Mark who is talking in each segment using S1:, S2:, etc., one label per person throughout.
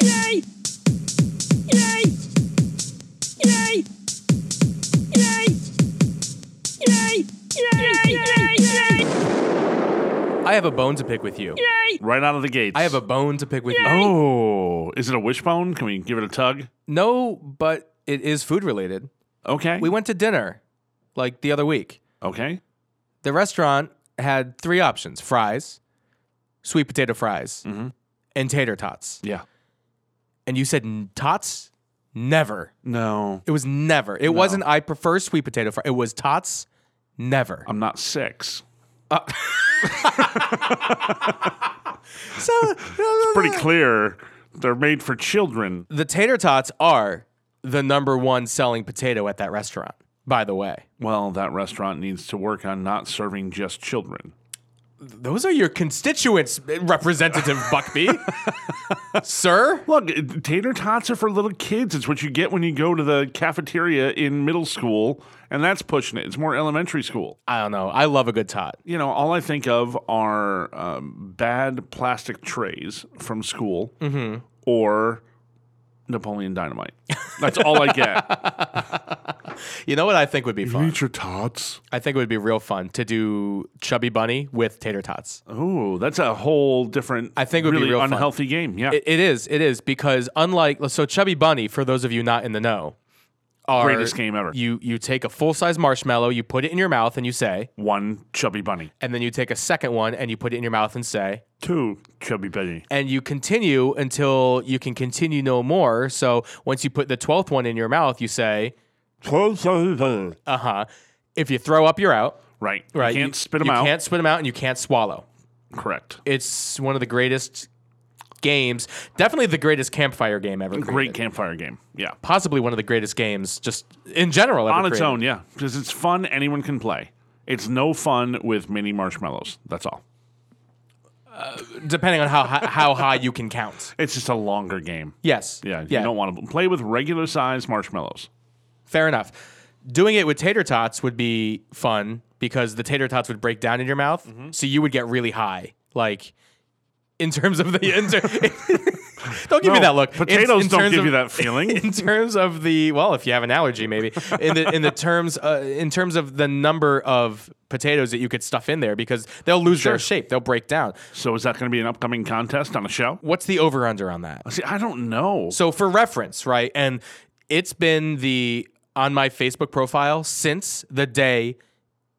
S1: Yay! Yay! Yay! Yay! Yay! Yay! Yay!
S2: I have a bone to pick with you.
S1: Yay!
S3: Right out of the gates.
S2: I have a bone to pick with you.
S3: Oh, is it a wishbone? Can we give it a tug?
S2: No, but it is food related.
S3: Okay.
S2: We went to dinner like the other week.
S3: okay.
S2: The restaurant had three options fries, sweet potato fries, and tater tots.
S3: Yeah.
S2: And you said "N- tots? Never.
S3: No,
S2: It was never. It wasn't I prefer sweet potato fries. It was tots? Never.
S3: I'm not six.
S2: so
S3: Pretty clear. They're made for children.
S2: the tater tots are the number one selling potato at that restaurant, by the way.
S3: Well, that restaurant needs to work on not serving just children.
S2: Those are your constituents, eh, Representative Buckby. Sir?
S3: Look, tater tots are for little kids. It's what you get when you go to the cafeteria in middle school, and that's pushing it. It's more elementary school.
S2: I don't know. I love a good tot.
S3: You know, all I think of are um, bad plastic trays from school
S2: Mm-hmm.
S3: or Napoleon Dynamite. That's all I get.
S2: You know what I think would be fun?
S3: your tots.
S2: I think it would be real fun to do Chubby Bunny with tater tots.
S3: Ooh, that's a whole different.
S2: I think it would be
S3: really
S2: real fun.
S3: unhealthy game. Yeah,
S2: It, it is. It is because unlike so Chubby Bunny, for those of you not in the know, are
S3: Greatest game ever.
S2: You you take a full size marshmallow, you put it in your mouth, and you say,
S3: one chubby bunny,
S2: and then you take a second one and you put it in your mouth and say,
S3: two chubby bunny.
S2: and you continue until you can continue no more. So once you put the twelfth one in your mouth, you say, uh huh. If you throw up, you're out.
S3: Right,
S2: Right.
S3: You can't spit them
S2: you
S3: out.
S2: You can't spit them out, and you can't swallow.
S3: Correct.
S2: It's one of the greatest games. Definitely the greatest campfire game ever.
S3: Great
S2: created.
S3: campfire game. Yeah,
S2: Possibly one of the greatest games, just in general. Ever
S3: on its
S2: created.
S3: own. Yeah, because it's fun. Anyone can play. It's no fun with mini marshmallows. That's all.
S2: depending on how hi- how high you can count.
S3: It's just a longer game.
S2: Yes.
S3: Yeah,
S2: Yeah.
S3: you don't want to play with regular sized marshmallows.
S2: Fair enough. Doing it with tater tots would be fun because the tater tots would break down in your mouth,
S3: Mm-hmm.
S2: so you would get really high. Like in terms of the inter- don't give me
S3: No,
S2: that look. In-
S3: Potatoes
S2: in
S3: don't
S2: terms
S3: give
S2: of-
S3: you that feeling.
S2: in terms of the well, if you have an allergy, maybe in the in the terms uh, in terms of the number of potatoes that you could stuff in there because they'll lose their shape, they'll break down.
S3: so is that going to be an upcoming contest on a show?
S2: What's the over under on that?
S3: See, I don't know.
S2: So for reference, right, and it's been the on my Facebook profile since the day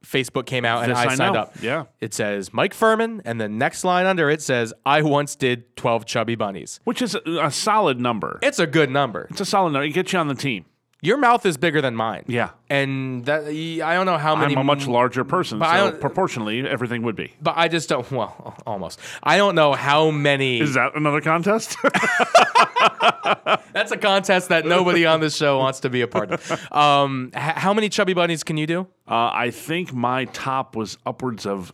S2: Facebook came out and
S3: This
S2: I,
S3: I
S2: signed
S3: know.
S2: up.
S3: Yeah.
S2: it says Mike Furman, and the next line under it says I once did twelve chubby bunnies.
S3: Which is a, a solid number.
S2: It's a good number.
S3: It's a solid number. It gets you on the team.
S2: Your mouth is bigger than mine.
S3: Yeah.
S2: and that I don't know how
S3: I'm
S2: many.
S3: a much larger person,
S2: I
S3: so
S2: don't-
S3: proportionally, everything would be.
S2: But I just don't. Well, almost. I don't know how many.
S3: Is that another contest?
S2: That's a contest that nobody on this show wants to be a part of. Um, h- how many chubby bunnies can you do?
S3: Uh, I think my top was upwards of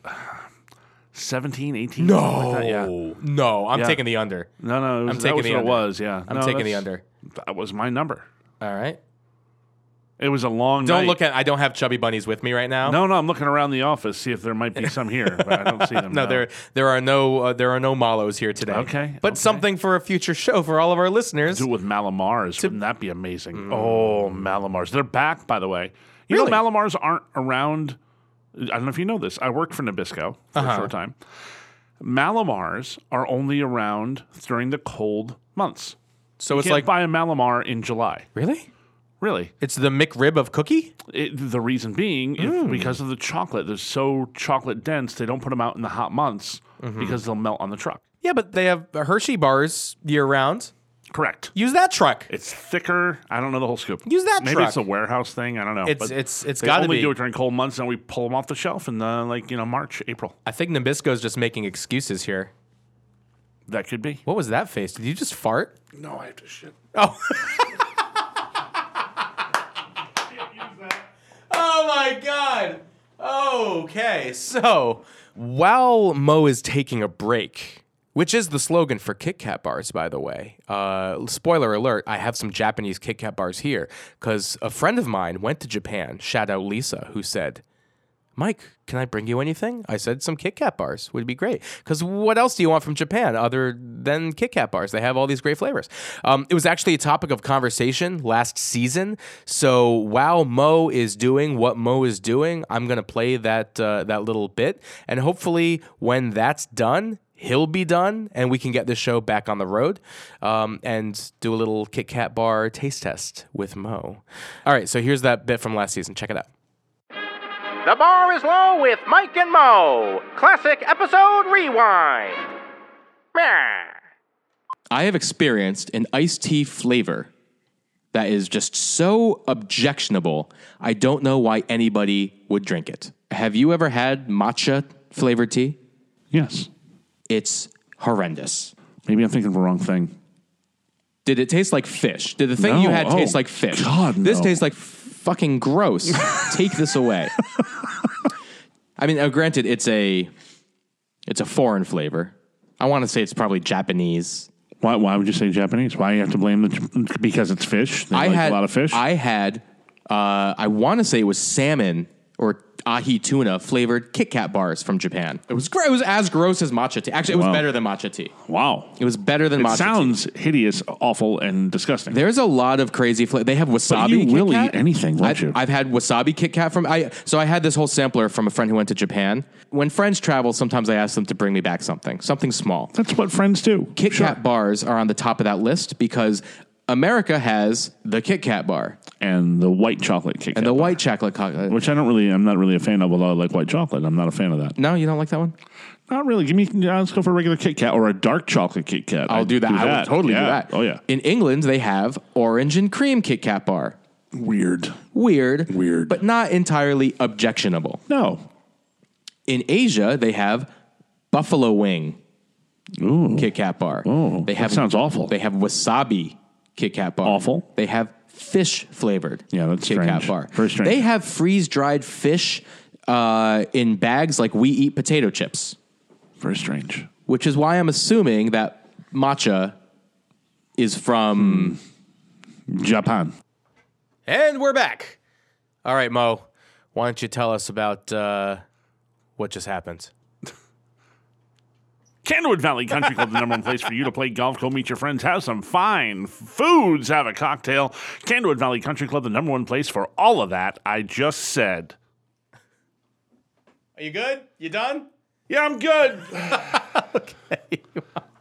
S3: 17, 18. No. yeah.
S2: No, I'm
S3: Oh. Yeah.
S2: taking the under.
S3: No, no. It was,
S2: I'm
S3: that
S2: taking
S3: was
S2: the
S3: what
S2: under.
S3: it was, yeah.
S2: I'm
S3: No,
S2: taking the
S3: that's-
S2: under.
S3: That was my number.
S2: All right.
S3: It was a long
S2: Don't
S3: night.
S2: look at. I don't have chubby bunnies with me right now.
S3: No, no. I'm looking around the office, see if there might be some here, but I don't see them.
S2: No, there there are no uh, there are no mallows here today.
S3: Okay,
S2: But
S3: okay.
S2: something for a future show for all of our listeners.
S3: Do it with Malamars. Wouldn't that be amazing? Oh, Malamars. They're back, by the way. You
S2: Mm. Really?
S3: know, Malamars aren't around. I don't know if you know this. I worked for Nabisco for
S2: Uh-huh.
S3: a short time. Malamars are only around during the cold months.
S2: so it's
S3: Can't
S2: like
S3: buy a Malamar in July.
S2: really.
S3: Really?
S2: It's the McRib of cookie.
S3: It, the reason being is
S2: Mm.
S3: because of the chocolate. They're so chocolate dense. They don't put them out in the hot months
S2: Mm-hmm.
S3: because they'll melt on the truck.
S2: Yeah, but they have Hershey bars year round.
S3: Correct.
S2: Use that truck.
S3: It's thicker. I don't know the whole scoop.
S2: Use that
S3: Maybe
S2: truck.
S3: it's a warehouse thing. I don't know.
S2: It's-
S3: but
S2: it's- it's
S3: they
S2: gotta
S3: only
S2: be.
S3: do it during cold months, and we pull them off the shelf in the like you know March, April.
S2: I think Nabisco's just making excuses here.
S3: That could be.
S2: What was that face? Did you just fart?
S3: No, I have to shit.
S2: Oh my god. Okay, so while Mo is taking a break, which is the slogan for Kit Kat bars, by the way. Uh, spoiler alert: I have some Japanese Kit Kat bars here because a friend of mine went to Japan. Shout out Lisa, who said, Mike, can I bring you anything? I said some Kit Kat bars would be great. Because what else do you want from Japan other than Kit Kat bars? They have all these great flavors. Um, it was actually a topic of conversation last season. So while Mo is doing what Mo is doing, I'm going to play that, uh, that little bit. And hopefully, when that's done, he'll be done and we can get this show back on the road um, and do a little Kit Kat bar taste test with Mo. All right, so here's that bit from last season. Check it out. The bar is low with Mike and Mo. Classic episode rewind. I have experienced an iced tea flavor that is just so objectionable. I don't know why anybody would drink it. Have you ever had matcha flavored tea?
S3: Yes.
S2: It's horrendous.
S3: Maybe I'm thinking of the wrong thing.
S2: Did it taste like fish? Did the thing you
S3: No.
S2: had
S3: Oh,
S2: taste like fish?
S3: God,
S2: This
S3: no.
S2: tastes like fucking gross. Take this away. I mean, now granted, it's a it's a foreign flavor. I want to say it's probably Japanese.
S3: Why, why would you say Japanese? Why you have to blame the Jap- because it's fish? They
S2: I
S3: like
S2: had
S3: a lot of fish.
S2: I had uh, I want to say it was salmon or ahi tuna flavored Kit Kat bars from Japan. It was gr- it was as gross as matcha tea. Actually, it was
S3: Wow.
S2: better than matcha tea.
S3: wow.
S2: It was better than
S3: It
S2: matcha tea.
S3: sounds hideous, awful, and disgusting.
S2: There's a lot of crazy flavor. They have wasabi.
S3: you
S2: Kit
S3: will
S2: Kat.
S3: eat anything, won't
S2: I've,
S3: you?
S2: I've had wasabi Kit Kat from I. So I had this whole sampler from a friend who went to Japan. When friends travel, sometimes I ask them to bring me back something, something small.
S3: That's what friends do.
S2: Kit Kat bars are on the top of that list because America has the Kit Kat bar
S3: and the white chocolate Kit
S2: and
S3: Kat,
S2: the white chocolate. Co- uh,
S3: which I don't really, I'm not really a fan of. Although I like white chocolate, I'm not a fan of that.
S2: no, you don't like that one.
S3: Not really. Give me. uh, Let's go for a regular Kit Kat or a dark chocolate Kit Kat.
S2: I'll
S3: I'd
S2: do that. I will totally
S3: Yeah.
S2: do that.
S3: Oh yeah.
S2: In England, they have orange and cream Kit Kat bar.
S3: Weird.
S2: Weird,
S3: Weird.
S2: but not entirely objectionable.
S3: No.
S2: In Asia, they have buffalo wing
S3: Ooh.
S2: Kit Kat bar.
S3: Oh,
S2: they
S3: that sounds awful.
S2: They have wasabi Kit Kat bar.
S3: Awful.
S2: They have fish flavored.
S3: Yeah, that's
S2: Kit Kat
S3: strange.
S2: bar.
S3: Very strange.
S2: They have freeze dried fish uh, in bags like we eat potato chips,
S3: Very strange.
S2: which is why I'm assuming that matcha is from.
S3: Japan.
S2: And we're back. All right, Mo, why don't you tell us about uh, what just happened?
S3: Candlewood Valley Country Club, the number one place for you to play golf, go meet your friends, have some fine foods, have a cocktail. Candlewood Valley Country Club, the number one place for all of that. I just said.
S2: Are you good? You done?
S3: Yeah, I'm good. okay.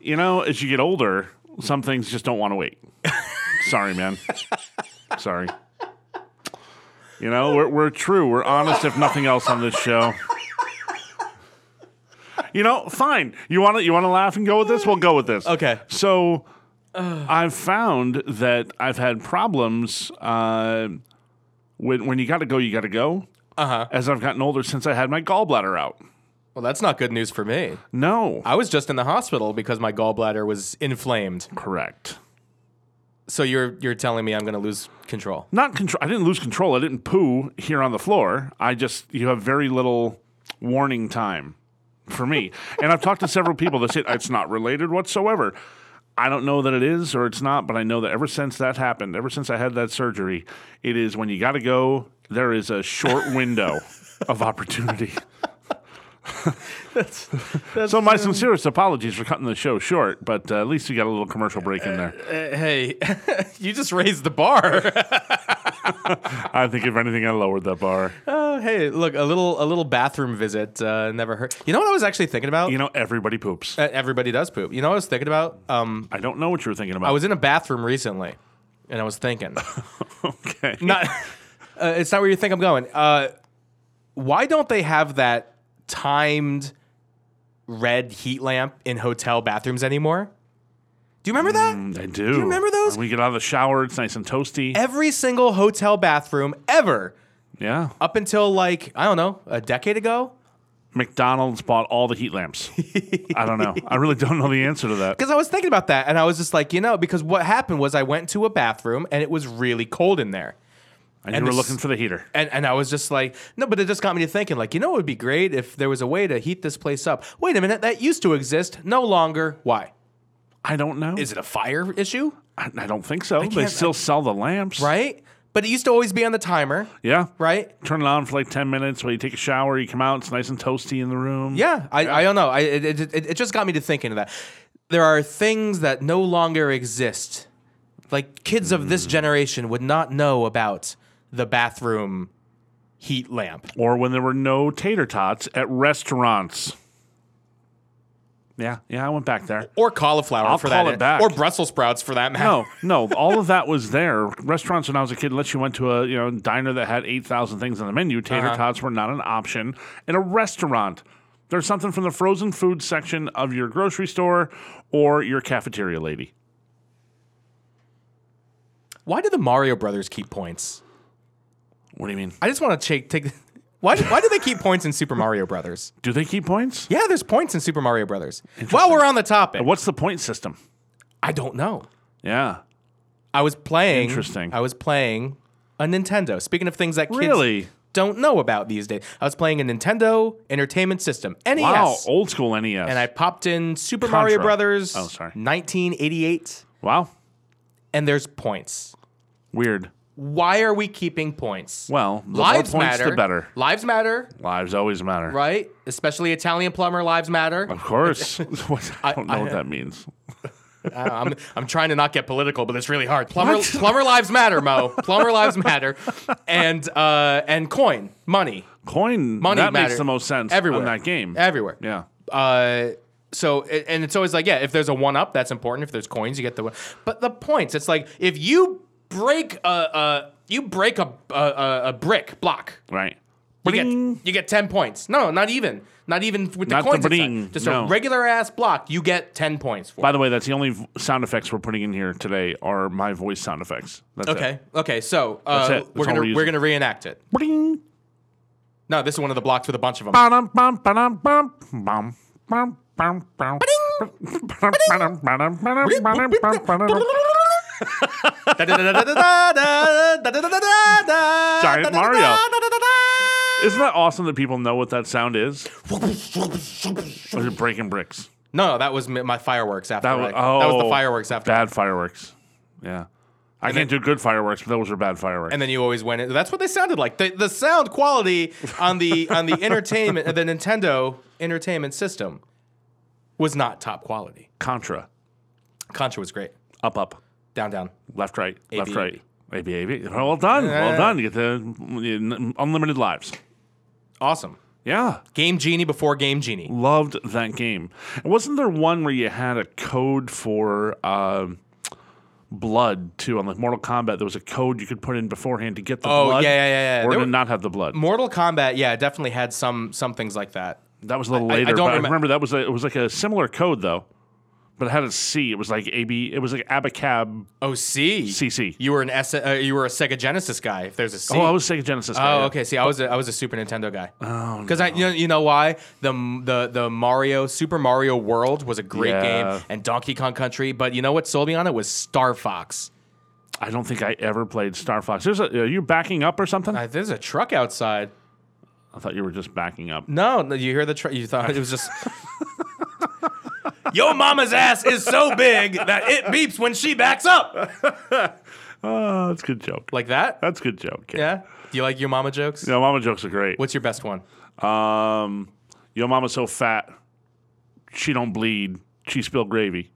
S3: you know, as you get older, some things just don't want to wait. Sorry, man. Sorry. You know, we're, we're true. We're honest, if nothing else, on this show. You know, fine. You want to you want to laugh and go with this? We'll go with this.
S2: Okay.
S3: So, I've found that I've had problems uh, when when you got to go, you got to go. Uh huh. As I've gotten older, since I had my gallbladder out.
S2: Well, that's not good news for me.
S3: No.
S4: Uh,
S2: I was just in the hospital because my gallbladder was inflamed.
S3: Correct.
S2: So you're you're telling me I'm going to lose control.
S3: Not control. I didn't lose control. I didn't poo here on the floor. I just you have very little warning time for me. and I've talked to several people that say it's not related whatsoever. I don't know that it is or it's not, but I know that ever since that happened, ever since I had that surgery, it is when you got to go. There is a short window of opportunity. so my sincerest apologies for cutting the show short, but uh, at least we got a little commercial break in there.
S2: Hey, you just raised the bar.
S3: I think if anything, I lowered that bar.
S2: Uh, hey, look, a little a little bathroom visit uh, never hurt. You know what I was actually thinking about?
S3: You know, everybody poops.
S2: Uh, everybody does poop. You know what I was thinking about? Um,
S3: I don't know what you were thinking about.
S2: I was in a bathroom recently, and I was thinking,
S3: okay.
S2: not, uh, it's not where you think I'm going. Uh, why don't they have that timed red heat lamp in hotel bathrooms anymore? Do you remember that?
S3: Mm, I do. Do you
S2: remember those?
S3: When we get out of the shower, it's nice and toasty.
S2: Every single hotel bathroom ever
S3: yeah.
S2: up until like I don't know a decade ago.
S3: McDonald's bought all the heat lamps. I don't know. I really don't know the answer to that.
S2: Because I was thinking about that, and I was just like, you know, because what happened was I went to a bathroom and it was really cold in there,
S3: And,
S2: and
S3: you were
S2: this-
S3: looking for the heater.
S2: and and I was just like, no, but it just got me to thinking, like, you know, it would be great if there was a way to heat this place up. Wait a minute, that used to exist, no longer. Why?
S3: I don't know.
S2: Is it a fire issue?
S3: I, I don't think so. They
S2: can't-
S3: still sell the lamps.
S2: Right?
S4: But it used to always be on the timer,
S3: Yeah.
S4: right?
S3: Turn it on for like 10 minutes while you take a shower. You come out, it's nice and toasty in the room.
S4: Yeah, I, I don't know. I, it, it, it it just got me to thinking of that. There are things that no longer exist. Like kids of
S3: Mm.
S4: this generation would not know about the bathroom heat lamp.
S3: Or when there were no tater tots at restaurants. Yeah. Yeah. I went back there.
S4: Or cauliflower
S3: I'll
S4: for
S3: call
S4: that.
S3: it back.
S4: Or Brussels sprouts for that matter.
S3: No, no, all of that was there. Restaurants when I was a kid, unless you went to a you know diner that had eight thousand things on the menu, tater
S4: Uh-huh.
S3: tots were not an option. In a restaurant, there's something from the frozen food section of your grocery store or your cafeteria lady.
S4: Why do the Mario Brothers keep points?
S3: What do you mean?
S4: I just want to take take. Why, why do they keep points in Super Mario Brothers?
S3: Do they keep points?
S4: Yeah, there's points in Super Mario Brothers. While we're on the topic,
S3: What's the point system?
S4: I don't know.
S3: Yeah.
S4: I was playing.
S3: Interesting.
S4: I was playing a Nintendo. Speaking of things that kids
S3: Really?
S4: don't know about these days, I was playing a Nintendo Entertainment System NES,
S3: Wow. Old school E NES.
S4: and I popped in Super Mario
S3: Contra.
S4: Brothers.
S3: Oh, sorry.
S4: 1988,
S3: wow.
S4: and there's points.
S3: Weird.
S4: Why are we keeping points?
S3: Well, the
S4: lives
S3: more points,
S4: matter.
S3: the better.
S4: Lives matter,
S3: Lives always matter.
S4: right? Especially Italian plumber lives matter.
S3: Of course. I don't know
S4: I-
S3: what that means.
S4: I- I'm, I'm trying to not get political, but it's really hard. Plumber, plumber lives matter, Mo. Plumber lives matter, and uh, and coin money
S3: Coin
S4: money
S3: that
S4: matter.
S3: makes the most sense
S4: everywhere
S3: in that game.
S4: everywhere.
S3: yeah.
S4: Uh, so a- and it's always like yeah, if there's a one up, that's important. If there's coins, you get the one. But the points, it's like if you break a, a you break a a- a, a brick block,
S3: Right.
S4: you get,
S3: Bling.
S4: you get 10 points. No, not even. Not even with the
S3: Not the
S4: coins. inside.
S3: bling,
S4: Just
S3: no.
S4: a regular ass block, you get 10 points for.
S3: By the way, that's the only v- sound effects we're putting in here today are my voice sound effects. That's
S4: Okay. Okay. So
S3: That's
S4: uh,
S3: it.
S4: we're
S3: That's all we're
S4: gonna we're
S3: using.
S4: gonna reenact it.
S3: It. Bling.
S4: No, this is one of the blocks with a bunch of them.
S3: Ba-dum, bum, ba-dum, bum, bum, bum, bum, bum. Ba-dum, ba-dum, ba-dum, ba-dum, bum, ba-dum.
S4: Giant
S3: Giant Mario. Isn't that awesome that people know what that sound is? Or is it breaking bricks?
S4: No, that was mi- my fireworks after.
S3: That
S4: I-
S3: was, oh,
S4: that was the fireworks after.
S3: Bad fireworks. Yeah. I can't do good fireworks, but those were bad fireworks.
S4: and then you always win it. That's what they sounded like. The, the sound quality on the on the entertainment the Nintendo entertainment system was not top quality.
S3: Contra.
S4: Contra was great.
S3: Up, up.
S4: Down down.
S3: Left, right, left,
S4: AB.
S3: right. AB, AB. Well done. Well done. You get the uh, unlimited lives.
S4: Awesome.
S3: Yeah.
S4: Game Genie before Game Genie.
S3: Loved that game. And wasn't there one where you had a code for um blood, too? On like Mortal Kombat, there was a code you could put in beforehand to get the
S4: Oh,
S3: blood.
S4: yeah, yeah, yeah, yeah.
S3: Or to
S4: There were-
S3: not have the blood.
S4: Mortal Kombat, yeah, definitely had some some things like that.
S3: That was a little
S4: I- I
S3: later. I,
S4: don't
S3: but I
S4: remem-
S3: remember that was a, it was like a similar code, though. But it had a C. It was like AB. It was like Abacab
S4: Oh, C.
S3: CC.
S4: You were an S- uh, you were a Sega Genesis guy. If there's a C.
S3: Oh, I was Sega Genesis. guy,
S4: Oh,
S3: yeah.
S4: okay. See, I was a, I was a Super Nintendo guy. Oh, because I you know, you know why the the the Mario Super Mario World was a great
S3: Yeah.
S4: game and Donkey Kong Country, but you know what sold me on it was Star Fox.
S3: I don't think I ever played Star Fox. There's a, are you backing up or something?
S4: Uh, there's a truck outside.
S3: I thought you were just backing up.
S4: No, no, you hear the truck. You thought it was just. Yo mama's ass is so big that it beeps when she backs up.
S3: Oh, that's a good joke.
S4: Like that?
S3: That's a good joke. kid.
S4: Yeah. Do you like your mama jokes?
S3: Yo, mama jokes are great.
S4: What's your best one?
S3: Um, yo, mama's so fat, she don't bleed. She spilled gravy.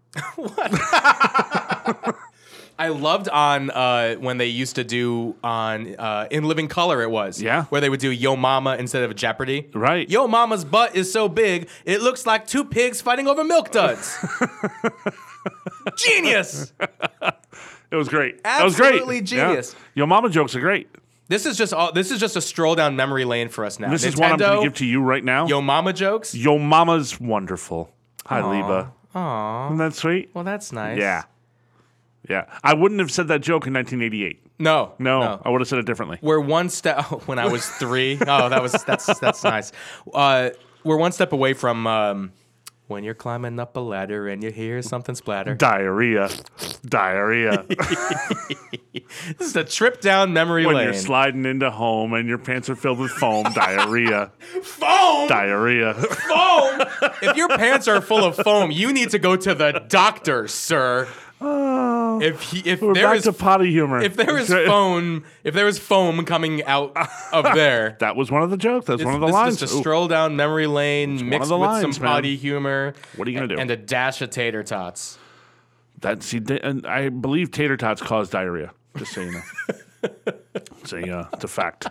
S4: I loved on uh, when they used to do on uh, in Living Color. It was
S3: Yeah.
S4: where they would do Yo Mama instead of Jeopardy.
S3: Right.
S4: Yo Mama's butt is so big it looks like two pigs fighting over milk duds. Genius.
S3: It was great. that was great.
S4: Absolutely genius.
S3: Yo, mama jokes are great.
S4: This is just all. This is just a stroll down memory lane for us now.
S3: This is what I'm going
S4: Uh, Nintendo,
S3: to give to you right now. Yo,
S4: Yo Mama jokes.
S3: mama's wonderful. Hi, Liba. Aww. Isn't that sweet?
S4: Well, that's nice.
S3: Yeah. Yeah. I wouldn't have said that joke in 1988.
S4: No.
S3: No, I would have said it differently.
S4: We're one step when I was three. Oh, that was that's that's nice. Uh, we're one step away from um, when you're climbing up a ladder and you hear something splatter.
S3: Diarrhea. Diarrhea.
S4: This is a trip down memory
S3: when
S4: lane.
S3: you're sliding into home and your pants are filled with foam. diarrhea.
S4: foam,
S3: Diarrhea.
S4: foam. if your pants are full of foam, you need to go to the doctor, sir.
S3: Oh,
S4: If he, if
S3: We're
S4: there
S3: back
S4: is
S3: to potty humor.
S4: if there is
S3: Okay.
S4: foam, if there is foam coming out of there,
S3: that was one of the jokes. That's one of the
S4: this
S3: lines.
S4: is just a
S3: Ooh,
S4: stroll down memory lane
S3: one
S4: mixed
S3: of the
S4: with
S3: lines,
S4: some
S3: man.
S4: potty humor.
S3: What are you gonna do?
S4: And a dash of tater tots.
S3: that see, da- and I believe tater tots cause diarrhea. Just so you know, it's a uh, it's a fact.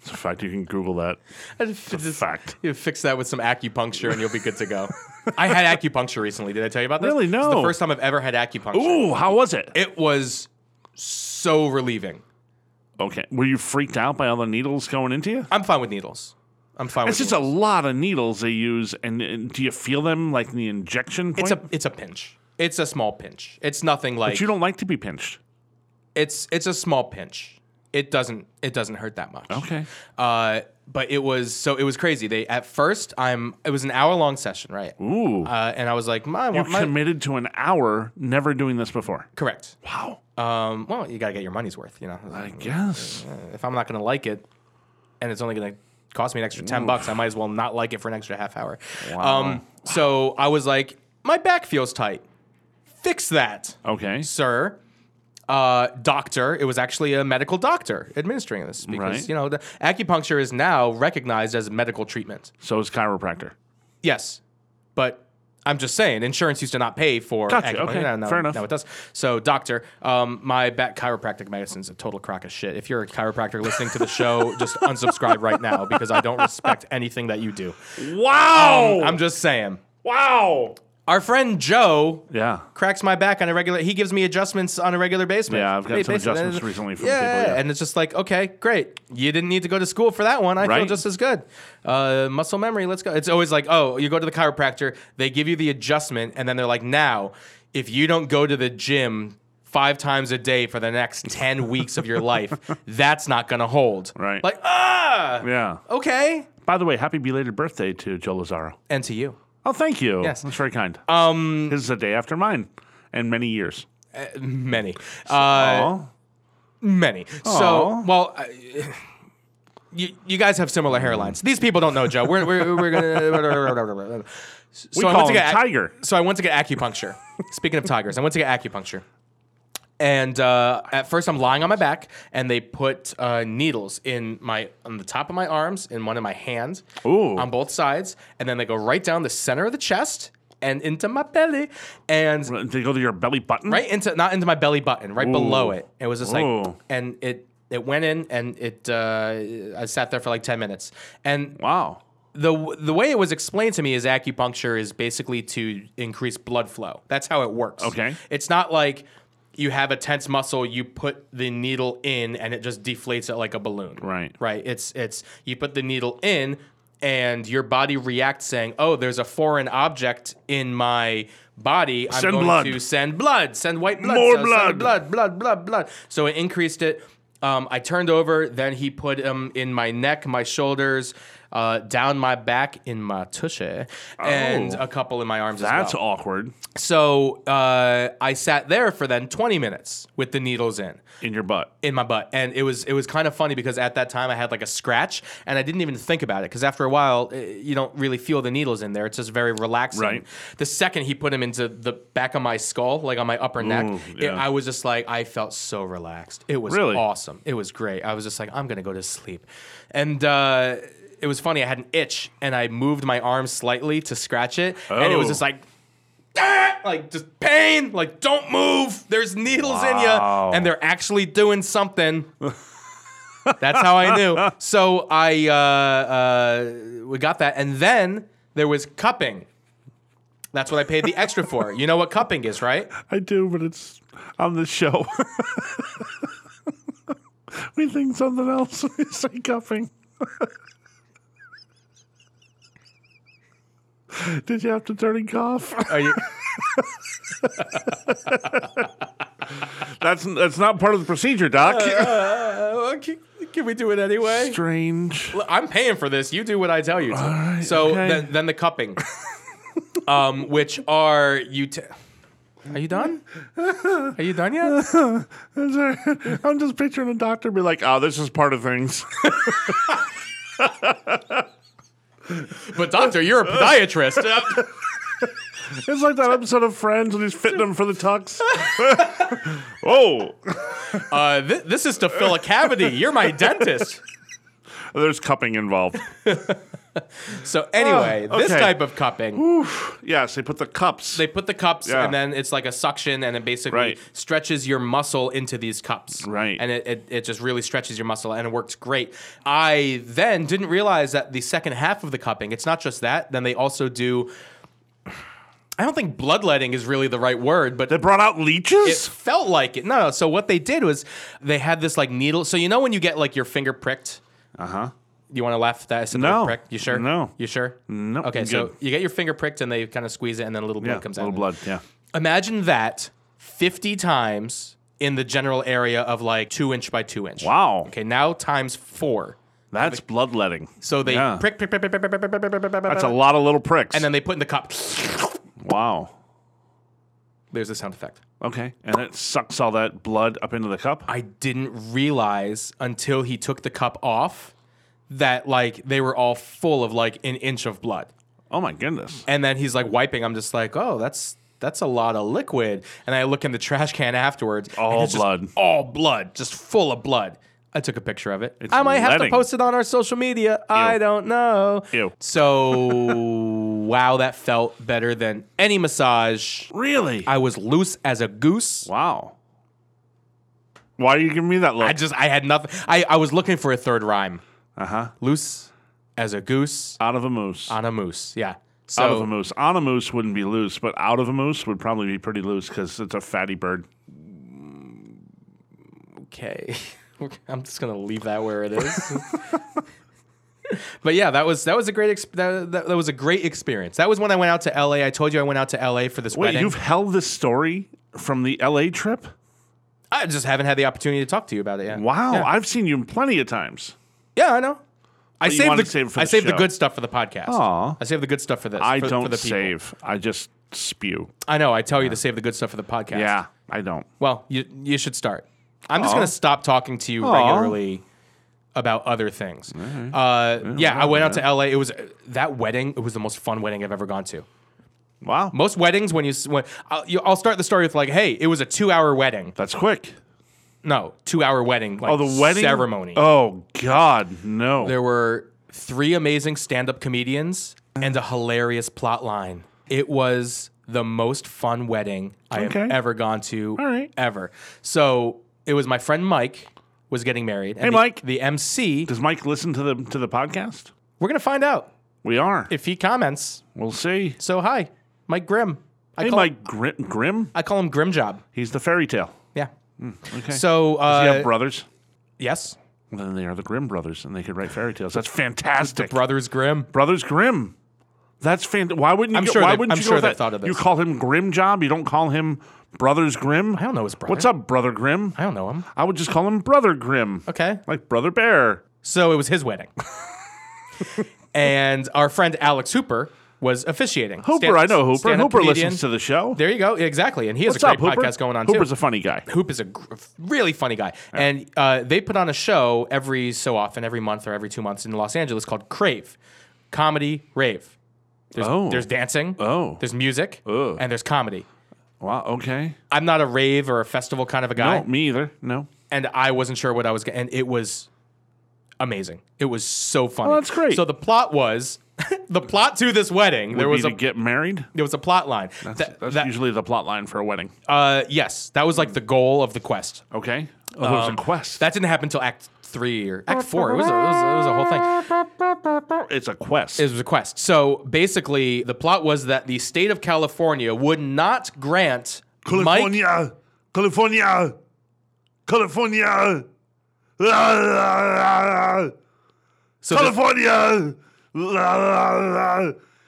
S3: It's a fact. You can Google that.
S4: It's
S3: a fact.
S4: You fix that with some acupuncture and you'll be good to go. I had acupuncture recently. Did I tell you about this?
S3: Really?
S4: It's the
S3: No.
S4: first time I've ever had acupuncture.
S3: Ooh, how was it?
S4: It was so relieving.
S3: Okay, were you freaked out by all the needles going into you?
S4: I'm fine with needles. I'm fine
S3: It's
S4: with
S3: just a
S4: needles.
S3: lot of needles they use, and, and do you feel them like in the injection point?
S4: it's a it's a pinch. It's a small pinch. It's nothing like
S3: but you don't like to be pinched.
S4: it's it's a small pinch. It doesn't it doesn't hurt that much.
S3: Okay.
S4: Uh, but it was so it was crazy. They at first I'm it was an hour long session, right?
S3: Ooh,
S4: Uh, and I was like, my,
S3: you
S4: my
S3: committed to an hour, never doing this before.
S4: correct.
S3: Wow.
S4: Um, well, you gotta get your money's worth, you know.
S3: I guess.
S4: If I'm not gonna like it, and it's only gonna cost me an extra ten bucks, I might as well not like it for an extra half hour. Um, so I was like, my back feels tight. Fix that.
S3: Okay.
S4: sir, uh, doctor. It was actually a medical doctor administering this because
S3: Right.
S4: you know the acupuncture is now recognized as medical treatment.
S3: So is chiropractor.
S4: Yes, but I'm just saying insurance used to not pay for
S3: Gotcha,
S4: acupuncture.
S3: okay,
S4: Now, now-
S3: fair enough.
S4: Now it does. So doctor, um, my back chiropractic medicine is a total crock of shit. If you're a chiropractor listening to the show, just unsubscribe right now because I don't respect anything that you do.
S3: Wow.
S4: Um, I'm just saying.
S3: wow.
S4: Our friend Joe
S3: Yeah.
S4: cracks my back on a regular. He gives me adjustments on a regular basis.
S3: Yeah, I've gotten some adjustments recently from people, yeah.
S4: and it's just like, okay, great. You didn't need to go to school for that one. I feel
S3: Right.
S4: just as good. Uh, muscle memory. Let's go. It's always like, oh, you go to the chiropractor. They give you the adjustment, and then they're like, now, if you don't go to the gym. Five times a day for the next 10 weeks of your life, that's not gonna hold.
S3: Right.
S4: Like, ah,
S3: Yeah.
S4: okay.
S3: By the way, happy belated birthday to Joe Lazaro.
S4: And to you.
S3: Oh, thank you.
S4: Yes.
S3: That's very kind. Um, His is a day after mine and many years.
S4: Many. Uh,
S3: oh,
S4: Many. So,
S3: Aw.
S4: well, I, you, you guys have similar hairlines. These people don't know Joe. We're, we're, we're gonna. So
S3: we call him Tiger.
S4: So I went to get acupuncture. Speaking of tigers, I went to get acupuncture. And uh, at first, I'm lying on my back, and they put uh, needles in my on the top of my arms and one in my hand,
S3: Ooh.
S4: on both sides, and then they go right down the center of the chest and into my belly, and
S3: They go to your belly button.
S4: right into not into my belly button, right below it. It was just like,
S3: Ooh.
S4: and it it went in, and it uh, I sat there for like ten minutes. And
S3: Wow.
S4: the w- the way it was explained to me is acupuncture is basically to increase blood flow. That's how it works.
S3: Okay.
S4: it's not like you have a tense muscle, you put the needle in, and it just deflates it like a balloon.
S3: Right.
S4: right. It's it's you put the needle in. And your body reacts saying, "Oh, there's a foreign object in my body. I'm
S3: Send
S4: going
S3: blood.
S4: to send blood, send white blood,
S3: More
S4: cells,
S3: blood.
S4: send blood, blood, blood, blood. So it increased it. Um, I turned over. Then he put him in my neck, my shoulders, uh, down my back, in my tushy, and
S3: Oh.
S4: a couple in my arms
S3: That's
S4: as well.
S3: awkward
S4: So uh, I sat there for then 20 minutes with the needles in
S3: in your butt.
S4: in my butt and it was it was kind of funny because at that time i had like a scratch and i didn't even think about it because after a while eh, you don't really feel the needles in there it's just very relaxing
S3: Right.
S4: the second he put him into the back of my skull like on my upper neck
S3: Ooh,
S4: it-
S3: yeah.
S4: i was just like i felt so relaxed it was
S3: Really?
S4: awesome it was great i was just like i'm gonna go to sleep and uh it was funny i had an itch and i moved my arm slightly to scratch it and it was
S3: Oh.
S4: just like "Ah!" like just pain like don't move there's needles in
S3: Wow.
S4: you and they're actually doing something that's how i knew so i uh, uh, we got that and then there was cupping that's what i paid the extra for you know what cupping is right
S3: I do, but it's on the show. we think something else. We say cuffing. Did you have to turn and cough?
S4: Are you,
S3: That's that's not part of the procedure, Doc.
S4: uh, can, can we do it anyway
S3: Strange.
S4: I'm paying for this. You do what I tell you to. so
S3: okay.
S4: then, then the cupping, um, which are you? T- are you done? Are you done yet?
S3: Is there- I'm just picturing a doctor be like, "Oh, this is part of things."
S4: But doctor, you're a podiatrist.
S3: It's like that episode of Friends when he's fitting him for the tux. oh,
S4: Uh, th- this is to fill a cavity. You're my dentist.
S3: there's cupping involved.
S4: So anyway,
S3: Oh,
S4: this
S3: okay.
S4: type of cupping.
S3: Yes, they put the cups.
S4: They put the cups
S3: Yeah.
S4: and then it's like a suction and it basically
S3: Right.
S4: stretches your muscle into these cups.
S3: Right.
S4: And it, it, it just really stretches your muscle and it works great. I then didn't realize that the second half of the cupping, it's not just that, then they also do. I don't think bloodletting is really the right word, but
S3: they brought out
S4: it
S3: leeches.
S4: felt like it. No, no. So what they did was they had this like needle. So you know when you get like your finger pricked.
S3: Uh huh.
S4: You want to laugh at that? I said the
S3: No.
S4: word prick. You sure?
S3: No.
S4: You sure?
S3: Nope,
S4: Okay,
S3: I'm
S4: so
S3: good.
S4: you get your finger pricked and they kind of squeeze it and then a little blood
S3: Yeah,
S4: comes out.
S3: little
S4: of it.
S3: blood. Yeah.
S4: Imagine that 50 times in the general area of like two inch by two inch.
S3: Wow.
S4: Okay, now times four.
S3: That's bloodletting.
S4: So they
S3: Yeah.
S4: prick, prick, prick, prick, prick, prick, prick, prick, prick, prick, prick,
S3: That's a
S4: prick,
S3: lot of little pricks.
S4: and then they put in the cup.
S3: wow.
S4: There's a sound effect.
S3: Okay. And it sucks all that blood up into the cup.
S4: I didn't realize until he took the cup off that like they were all full of like an inch of blood.
S3: Oh my goodness.
S4: And then he's like wiping. I'm just like, oh, that's that's a lot of liquid. And I look in the trash can afterwards. and
S3: All
S4: it's just
S3: blood.
S4: all blood, just full of blood. I took a picture of it.
S3: It's
S4: I might have to
S3: letting.
S4: post it on our social media. I don't know.
S3: Ew.
S4: So wow, that felt better than any massage.
S3: Really?
S4: I was loose as a goose.
S3: wow. Why are you giving me that look?
S4: I just I had nothing. I, I was looking for a third rhyme.
S3: uh huh.
S4: Loose as a goose
S3: Out of a moose.
S4: on a moose. Yeah. So
S3: out of a moose. On a moose wouldn't be loose, but out of a moose would probably be pretty loose because it's a fatty bird.
S4: okay. I'm just gonna leave that where it is. but yeah, that was that was a great exp- that, that, that was a great experience. That was when I went out to LA. I told you I went out to LA for this
S3: Wait,
S4: wedding.
S3: you've held this story from the LA trip?
S4: I just haven't had the opportunity to talk to you about it yet.
S3: Wow,
S4: Yeah,
S3: I've seen you plenty of times.
S4: Yeah, I know. I
S3: Oh, you
S4: saved
S3: wanted
S4: the
S3: to save it for
S4: I
S3: the
S4: saved the
S3: show.
S4: good stuff for the podcast.
S3: Aw.
S4: I saved the good stuff for this.
S3: I
S4: for- for
S3: don't
S4: the people.
S3: save. I just spew.
S4: I know. I tell you to save the good stuff for the podcast.
S3: Yeah, I don't.
S4: Well, you you should start. I'm just
S3: Aw.
S4: gonna stop talking to you regularly about other things. Uh, yeah, I went out to LA. It was that wedding. It was the most fun wedding I've ever gone to.
S3: Wow,
S4: Most weddings, when you s- when I'll, you, I'll start the story with like, "Hey, it was a two-hour wedding."
S3: that's quick.
S4: No, two-hour wedding. Like,
S3: Oh, the wedding
S4: ceremony.
S3: Oh God, no.
S4: There were three amazing stand-up comedians and a hilarious plot line. It was the most fun wedding I
S3: Okay.
S4: have ever gone to
S3: All right.
S4: ever. So it was my friend Mike was getting married. And
S3: Hey,
S4: the-
S3: Mike.
S4: The MC.
S3: Does Mike listen to the to the podcast?
S4: We're gonna find out
S3: We are.
S4: if he comments.
S3: we'll see.
S4: So hi, Mike Grimm. I
S3: Hey,
S4: call
S3: Mike Grim. Grim.
S4: I call him Grim Job.
S3: He's the fairy tale.
S4: Yeah.
S3: Okay.
S4: So
S3: Does he
S4: uh,
S3: have brothers?
S4: yes,
S3: Well, then they are the Grimm brothers, and they could write fairy tales. That's fantastic.
S4: brothers Grimm.
S3: brothers Grimm. That's fantastic. Why wouldn't you?
S4: I'm
S3: go-
S4: sure
S3: why
S4: they-
S3: wouldn't
S4: I'm
S3: you
S4: sure
S3: go with
S4: they
S3: that?
S4: thought of
S3: You
S4: this.
S3: call him Grim Job. You don't call him Brothers Grimm.
S4: I don't know his brother.
S3: What's up, Brother Grimm?
S4: I don't know him.
S3: I would just call him Brother Grimm.
S4: Okay.
S3: Like Brother Bear.
S4: So it was his wedding. and our friend Alex Hooper was officiating.
S3: Hooper,
S4: Stand-
S3: I know Hooper.
S4: stand-up
S3: Hooper
S4: comedian.
S3: listens to the show.
S4: There you go. Exactly. And he has
S3: What's
S4: a
S3: up,
S4: great
S3: Hooper?
S4: podcast going on
S3: Hooper's
S4: too.
S3: a funny guy.
S4: Hoop is a gr- really funny guy. And uh, they put on a show every so often, every month or every two months in Los Angeles called Crave Comedy Rave. There's,
S3: Oh.
S4: there's dancing.
S3: Oh.
S4: There's music.
S3: Ugh.
S4: And there's comedy.
S3: Wow. Okay.
S4: I'm not a rave or a festival kind of a guy.
S3: No, me either. No.
S4: and I wasn't sure what I was going and it was amazing. It was so funny.
S3: Oh, that's great.
S4: So the plot was the plot to this wedding. there
S3: Would
S4: was
S3: be
S4: a
S3: to get married.
S4: there was a plot line. That-
S3: That's
S4: that-
S3: usually the plot line for a wedding.
S4: uh, yes, that was like the goal of the quest.
S3: Okay. Oh, there was a quest.
S4: um, That didn't happen until Act Three or Act Four. It was a, it was, a- it was a whole thing.
S3: it's a quest.
S4: It was a quest. So basically, the plot was that the state of California would not grant Mike
S3: California, California,
S4: so the-
S3: California.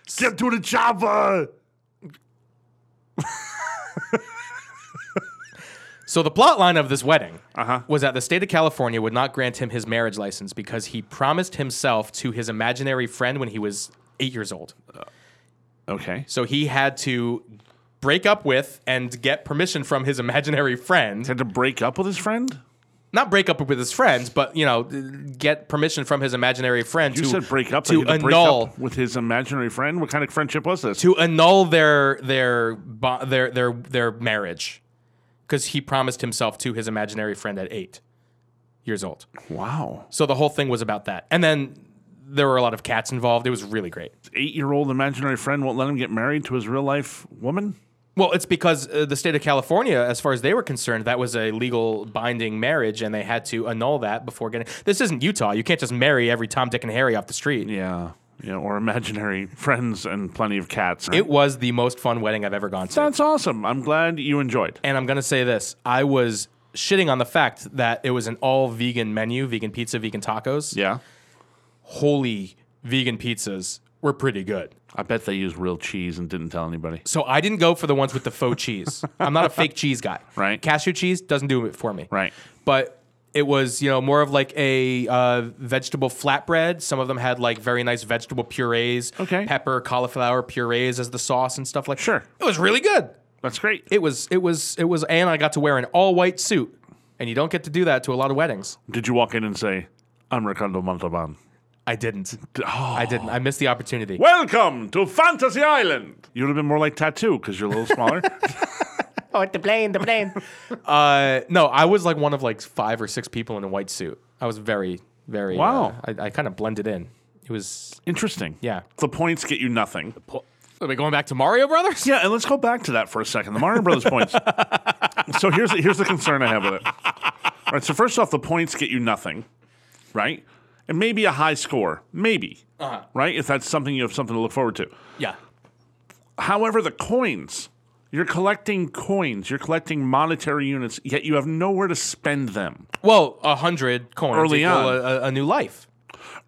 S3: Get to the chopper.
S4: So the plot line of this wedding
S3: Uh-huh.
S4: was that the state of California would not grant him his marriage license because he promised himself to his imaginary friend when he was eight years old.
S3: Okay.
S4: So he had to break up with and get permission from his imaginary friend.
S3: Had to break up with his friend.
S4: not break up with his friends, but you know, get permission from his imaginary friend
S3: You
S4: to
S3: said break up. To
S4: to
S3: break
S4: annul
S3: up with his imaginary friend. What kind of friendship was this?
S4: to annul their their bo- their their their marriage because he promised himself to his imaginary friend at eight years old.
S3: wow,
S4: So the whole thing was about that, and then there were a lot of cats involved. It was really great.
S3: eight-year-old imaginary friend won't let him get married to his real-life woman.
S4: Well, it's because uh, the state of California, as far as they were concerned, that was a legal binding marriage, and they had to annul that before getting. This isn't Utah. You can't just marry every Tom, Dick, and Harry off the street.
S3: Yeah, yeah, or imaginary friends and plenty of cats.
S4: It was the most fun wedding I've ever gone to.
S3: That's awesome. I'm glad you enjoyed.
S4: and I'm gonna say this: I was shitting on the fact that it was an all vegan menu, vegan pizza, vegan tacos.
S3: Yeah,
S4: Holy vegan pizzas were pretty good.
S3: I bet they used real cheese and didn't tell anybody.
S4: So I didn't go for the ones with the faux cheese. I'm not a fake cheese guy.
S3: Right.
S4: Cashew cheese doesn't do it for me.
S3: Right.
S4: But it was, you know, more of like a uh, vegetable flatbread. Some of them had like very nice vegetable purees,
S3: Okay.
S4: pepper, cauliflower purees as the sauce and stuff like.
S3: Sure.
S4: It was really good.
S3: That's great.
S4: It was. It was. It was. And I got to wear an all white suit, and you don't get to do that to a lot of weddings.
S3: Did you walk in and say, "I'm Ricardo Montalban"?
S4: I didn't.
S3: Oh.
S4: I didn't. I missed the opportunity.
S3: Welcome to Fantasy Island. You would have been more like Tattoo because you're a little smaller.
S4: Oh, the plane, the plane. uh, no, I was like one of like five or six people in a white suit. I was very, very. uh,
S3: Wow.
S4: I, I kind of blended in. It was,
S3: Interesting.
S4: yeah.
S3: The points get you nothing.
S4: Are we going back to Mario Brothers?
S3: Yeah, and let's go back to that for a second. The Mario Brothers points. So here's here's the concern I have with it. All right. So first off, the points get you nothing, right? And maybe a high score, maybe,
S4: Uh-huh.
S3: right? If that's something you have something to look forward to.
S4: Yeah.
S3: However, the coins. You're collecting coins. You're collecting monetary units, yet you have nowhere to spend them.
S4: Well, a hundred coins
S3: Early
S4: equal
S3: on.
S4: a, a, a new life.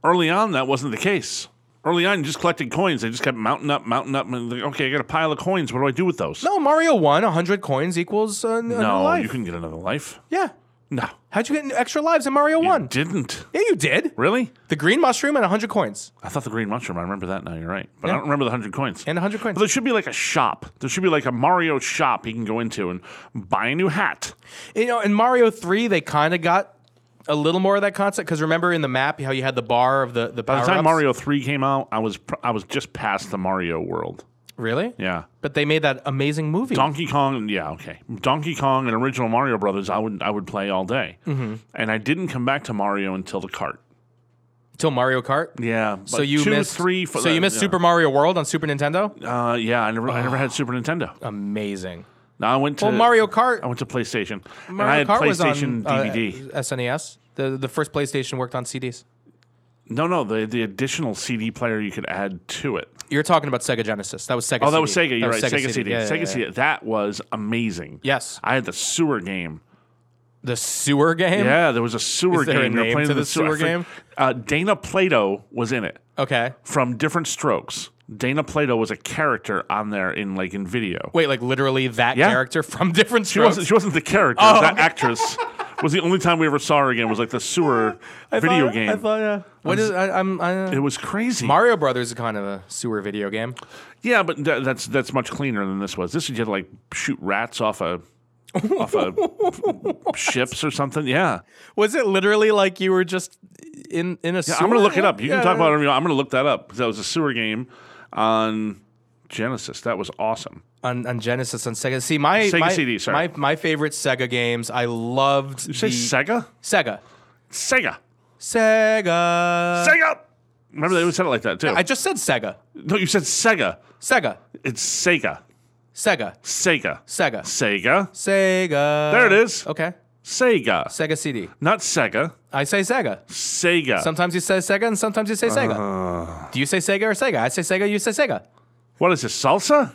S3: early on that wasn't the case. Early on, you just collected coins. They just kept mounting up, mounting up. And like, okay, I got a pile of coins. What do I do with those?
S4: No, Mario won. A hundred coins equals a, n- a new
S3: no,
S4: life.
S3: you couldn't get another life.
S4: yeah.
S3: No,
S4: How'd you get extra lives in Mario
S3: you
S4: One?
S3: didn't.
S4: Yeah, you did.
S3: Really?
S4: The green mushroom and a hundred coins
S3: I thought the green mushroom. I remember that now. You're right, but I don't remember the hundred coins.
S4: and a hundred coins.
S3: But there should be like a shop. There should be like a Mario shop you can go into and buy a new hat.
S4: You know, in Mario Three, they kind of got a little more of that concept because remember in the map how you had the bar of the the
S3: By the time
S4: power-ups?
S3: Mario Three came out, I was pr- I was just past the Mario world.
S4: really
S3: Yeah,
S4: but they made that amazing movie.
S3: Donkey Kong, yeah, okay. Donkey Kong and original Mario Brothers, I would I would play all day, mm-hmm. and I didn't come back to Mario until the cart.
S4: Till Mario Kart.
S3: Yeah,
S4: So
S3: but
S4: you
S3: two,
S4: missed
S3: three, four,
S4: So you missed
S3: yeah.
S4: Super Mario World on Super Nintendo.
S3: Uh, yeah, I never I never had Super Nintendo.
S4: Amazing.
S3: No, I went to
S4: Well, Mario Kart.
S3: I went to PlayStation, and
S4: Mario
S3: I had
S4: Kart was
S3: PlayStation
S4: on uh,
S3: DVD.
S4: SNES. The the first PlayStation worked on CDs.
S3: no, no, the the additional CD player you could add to it.
S4: You're talking about Sega Genesis. That was Sega.
S3: Oh, that was Sega.
S4: That
S3: You're
S4: was
S3: right. Sega, CD.
S4: Yeah, yeah,
S3: Sega
S4: yeah.
S3: CD. That was amazing.
S4: Yes.
S3: I had the sewer game.
S4: The sewer game.
S3: Yeah, there was a sewer
S4: Is there a
S3: game. They were
S4: name
S3: playing
S4: to
S3: in
S4: the
S3: sewer, I
S4: sewer
S3: forget-
S4: game?
S3: Uh, Dana Plato was in it.
S4: Okay.
S3: from different strokes. Dana Plato was a character on there in like in video.
S4: Wait, like literally that
S3: Yeah.
S4: character from different
S3: She
S4: strokes.
S3: wasn't she wasn't the character.
S4: Oh.
S3: That actress was the only time we ever saw her again was like the sewer video game.
S4: yeah. What is? I, I'm. I,
S3: it was crazy.
S4: Mario Brothers is kind of a sewer video game.
S3: yeah, but th- that's that's much cleaner than this was. This is you had to like shoot rats off a off a ships or something. Yeah.
S4: Was it literally like you were just in in a?
S3: I'm gonna look it up. You can talk about it. you know, I'm gonna look that up because that was a sewer game on Genesis. That was awesome.
S4: on, on Genesis on Sega. See my
S3: Sega
S4: my,
S3: CD, sorry.
S4: my my favorite Sega games. I loved
S3: Did you
S4: the-
S3: say Sega?
S4: Sega.
S3: Sega.
S4: Sega.
S3: Sega. Remember they always said it like that too.
S4: Uh, I just said Sega.
S3: No, you said Sega.
S4: Sega.
S3: It's Sega.
S4: Sega.
S3: Sega.
S4: Sega.
S3: Sega.
S4: Sega.
S3: There it is.
S4: Uh, Okay.
S3: Sega.
S4: Sega CD.
S3: Not Sega.
S4: I say Sega.
S3: Sega.
S4: Sometimes you say Sega and sometimes you say Sega.
S3: Uh-huh.
S4: Do you say Sega or Sega? I say Sega, you say Sega.
S3: what is this? Salsa?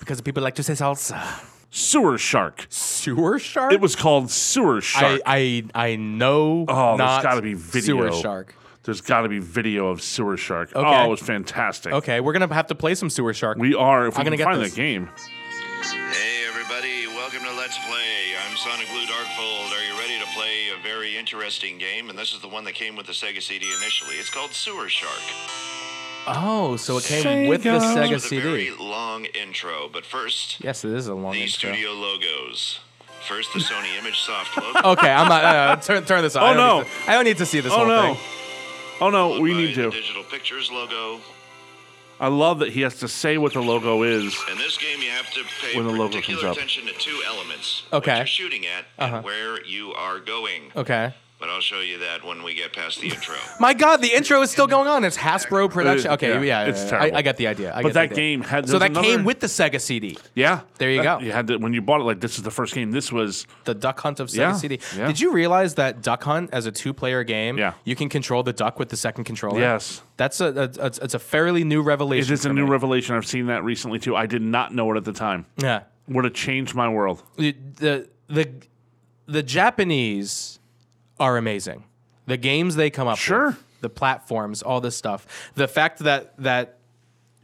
S4: Because people like to say salsa.
S3: Sewer Shark.
S4: Sewer shark?
S3: It was called Sewer
S4: I,
S3: Shark.
S4: I I know
S3: Oh, there's
S4: not
S3: gotta be video.
S4: sewer shark.
S3: There's got to be video of Sewer Shark. Oh, it was fantastic.
S4: Okay, we're gonna have to play some sewer shark.
S3: We are. If we
S4: I'm gonna
S3: can
S4: get
S3: find
S4: this.
S3: that game,
S5: Hey everybody, welcome to Let's Play. I'm Sonic Blue Darkfold. Are you ready to play a very interesting game? And this is the one that came with the Sega CD initially. It's called Sewer Shark.
S4: oh, so it came with the
S3: Sega.
S4: Sega
S5: With a very
S4: CD.
S5: long intro, but first,
S4: Yes, it is a long
S5: the
S4: intro.
S5: studio logos. First, the Sony ImageSoft logo.
S4: Okay, I'm not. Uh, turn, turn this off.
S3: Oh,
S4: I don't
S3: no.
S4: need to- I don't need to see this
S3: Oh
S4: whole
S3: no.
S4: thing.
S3: Oh no, we
S5: by
S3: need
S5: the
S3: to.
S5: Digital Pictures logo.
S3: I love that he has to say what the logo is.
S5: In this game, you have to pay
S3: When the logo
S5: particular
S3: comes up.
S5: attention to two elements:
S4: Okay.
S5: what you're shooting at
S4: Uh-huh.
S5: and where you are going.
S3: Oh.
S4: Okay.
S5: But I'll show you that when we get past the intro.
S4: My God, the intro is still going on. It's Hasbro production. Okay, yeah,
S3: yeah,
S4: yeah,
S3: it's
S4: yeah.
S3: terrible.
S4: I, I got the idea. I
S3: But
S4: got the
S3: that
S4: idea.
S3: game had-
S4: so
S3: there's
S4: that came
S3: another-
S4: with the Sega CD.
S3: Yeah.
S4: There you
S3: That-
S4: go.
S3: You had to, when you bought it like this is the first game. This was
S4: the Duck Hunt of Sega
S3: Yeah,
S4: CD.
S3: yeah.
S4: Did you realize that Duck Hunt as a two-player game,
S3: Yeah.
S4: you can control the duck with the second controller?
S3: Yes.
S4: that's a, a, a it's a fairly new
S3: it
S4: revelation.
S3: is a
S4: for
S3: new
S4: me.
S3: revelation. I've seen that recently too. I did not know it at the time.
S4: yeah.
S3: Would have changed my world.
S4: The- the the the Japanese are amazing. The games they come up
S3: Sure.
S4: with, the platforms, all this stuff. The fact that that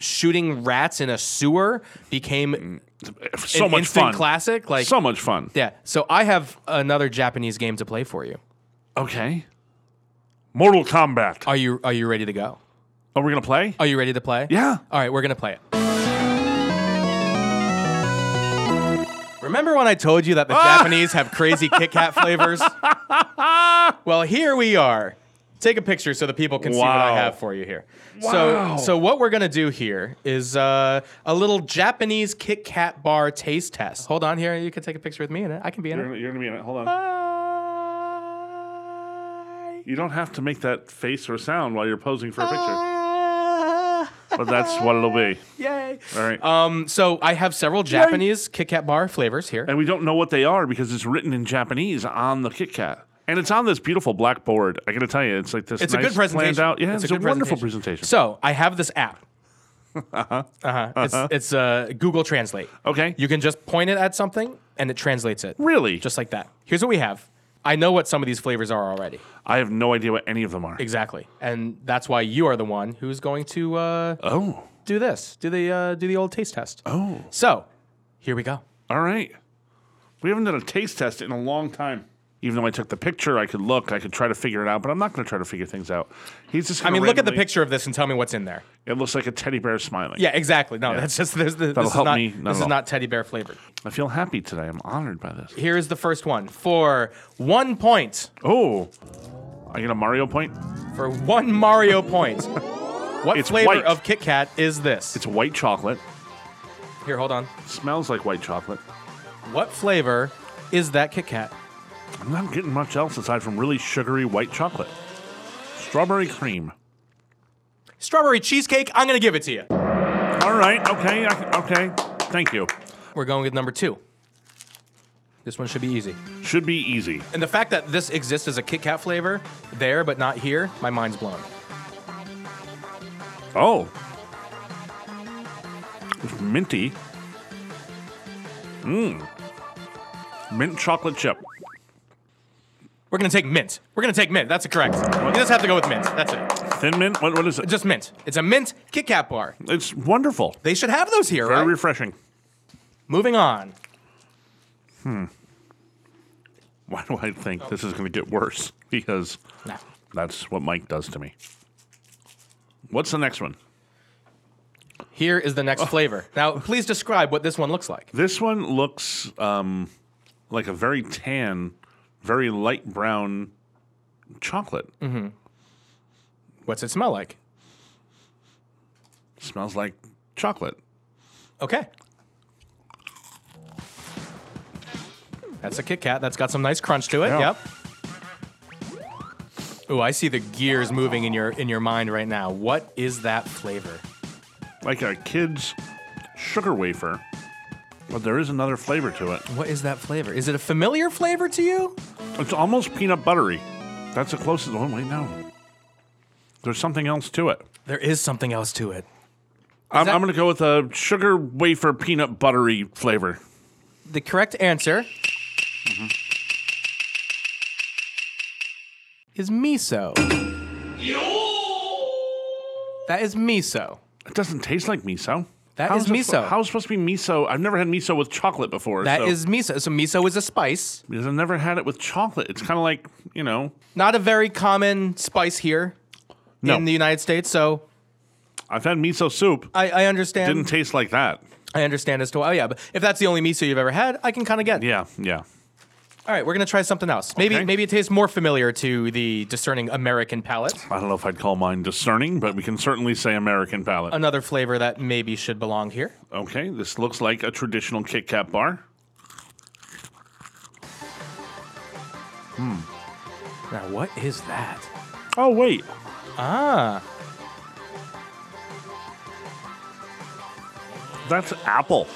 S4: shooting rats in a sewer became
S3: So
S4: an
S3: much
S4: instant
S3: fun.
S4: classic, like
S3: so much fun.
S4: yeah. So I have another Japanese game to play for you.
S3: Okay. Mortal Kombat.
S4: Are you are you ready to go?
S3: Are we gonna play?
S4: Are you ready to play?
S3: Yeah.
S4: All right, we're going to play it. Remember when I told you that the Japanese have crazy Kit Kat flavors? well, here we are. Take a picture so the people can see what I
S3: Wow.
S4: have for you here.
S3: Wow.
S4: So, so what we're going to do here is uh, a little Japanese Kit Kat bar taste test. Hold on here. You can take a picture with me in it. I can be in
S3: You're,
S4: it.
S3: you're gonna be in it. Hold on. You don't have to make that face or sound while you're posing for a
S4: Oh.
S3: picture. But that's what it'll be.
S4: Yay.
S3: All right.
S4: Um, so I have several Japanese Kit Kat bar flavors here.
S3: and we don't know what they are because it's written in Japanese on the Kit Kat. And it's on this beautiful blackboard. I gotta tell you, it's like this.
S4: It's a
S3: nice
S4: good presentation.
S3: Planned out. Yeah, it's, a,
S4: good
S3: wonderful presentation.
S4: So I have this app. uh-huh. Uh-huh. It's, it's uh, Google Translate.
S3: okay.
S4: You can just point it at something and it translates it.
S3: really?
S4: Just like that. Here's what we have. I know what some of these flavors are already.
S3: I have no idea what any of them are.
S4: Exactly. And that's why you are the one who's going to uh,
S3: Oh.
S4: do this. Do the uh, do the old taste test.
S3: Oh.
S4: So, here we go.
S3: All right. We haven't done a taste test in a long time. Even though I took the picture, I could look, I could try to figure it out, but I'm not going to try to figure things out. He's just.
S4: I
S3: gonna
S4: mean, look at the
S3: randomly-
S4: picture of this and tell me what's in there.
S3: It looks like a teddy bear smiling.
S4: Yeah, exactly. No, that's just there's the, this is
S3: help
S4: not
S3: me. Not at
S4: this is
S3: all.
S4: not teddy bear flavored.
S3: I feel happy today. I'm honored by this.
S4: Here is the first one for one point.
S3: Oh, I get a Mario point.
S4: for one Mario point. What
S3: It's
S4: flavor
S3: white.
S4: of Kit Kat is this?
S3: It's white chocolate.
S4: Here, hold on.
S3: smells like white chocolate.
S4: What flavor is that Kit Kat?
S3: I'm not getting much else aside from really sugary white chocolate. Strawberry cream.
S4: Strawberry cheesecake. I'm gonna give it to you.
S3: All right. Okay. I- Okay. Thank you.
S4: We're going with number two. This one should be easy.
S3: Should be easy.
S4: And the fact that this exists as a Kit Kat flavor there but not here, my mind's blown.
S3: Oh. It's minty. Mmm. Mint chocolate chip.
S4: We're gonna take mint. We're gonna take mint. That's correct. You just have to go with mint. That's it.
S3: Thin mint? What, what is it?
S4: Just mint. It's a mint Kit Kat bar.
S3: It's wonderful.
S4: They should have those here,
S3: Very
S4: right?
S3: refreshing.
S4: Moving on.
S3: Why do I think this is going to get worse? Because
S4: Nah.
S3: that's what Mike does to me. What's the next one?
S4: Here is the next flavor. Now, please describe what this one looks like.
S3: This one looks um, like a very tan, very light brown chocolate.
S4: Mm-hmm. What's it smell like?
S3: Smells like chocolate.
S4: Okay. That's a Kit Kat. That's got some nice crunch to it.
S3: Yeah.
S4: Yep. Ooh, I see the gears moving in your in your mind right now. What is that flavor?
S3: Like a kid's sugar wafer. But there is another flavor to it.
S4: What is that flavor? Is it a familiar flavor to you?
S3: It's almost peanut buttery. That's the closest one. Wait, no. There's something else to it.
S4: There is something else to it.
S3: I'm,
S4: that-
S3: I'm going to go with a sugar wafer peanut buttery flavor.
S4: The correct answer is miso. That is miso.
S3: It doesn't taste like miso.
S4: That
S3: That is
S4: is miso.
S3: How's it supposed to be miso? I've never had miso with chocolate before.
S4: That
S3: so-
S4: is miso. So miso is a spice.
S3: because I've never had it with chocolate. It's kind of like you know.
S4: Not a very common spice here
S3: No,
S4: in the United States, so
S3: I've had miso soup.
S4: I, I understand.
S3: Didn't taste like that.
S4: I understand as to why. Oh yeah, but if that's the only miso you've ever had, I can kind of get. it.
S3: Yeah, yeah.
S4: All right, we're gonna try something else. Maybe
S3: Okay.
S4: maybe it tastes more familiar to the discerning American palate.
S3: I don't know if I'd call mine discerning, but we can certainly say American palate.
S4: Another flavor that maybe should belong here.
S3: Okay, this looks like a traditional Kit Kat bar.
S4: Hmm. Now, what is that?
S3: Oh wait,
S4: Ah,
S3: that's apple.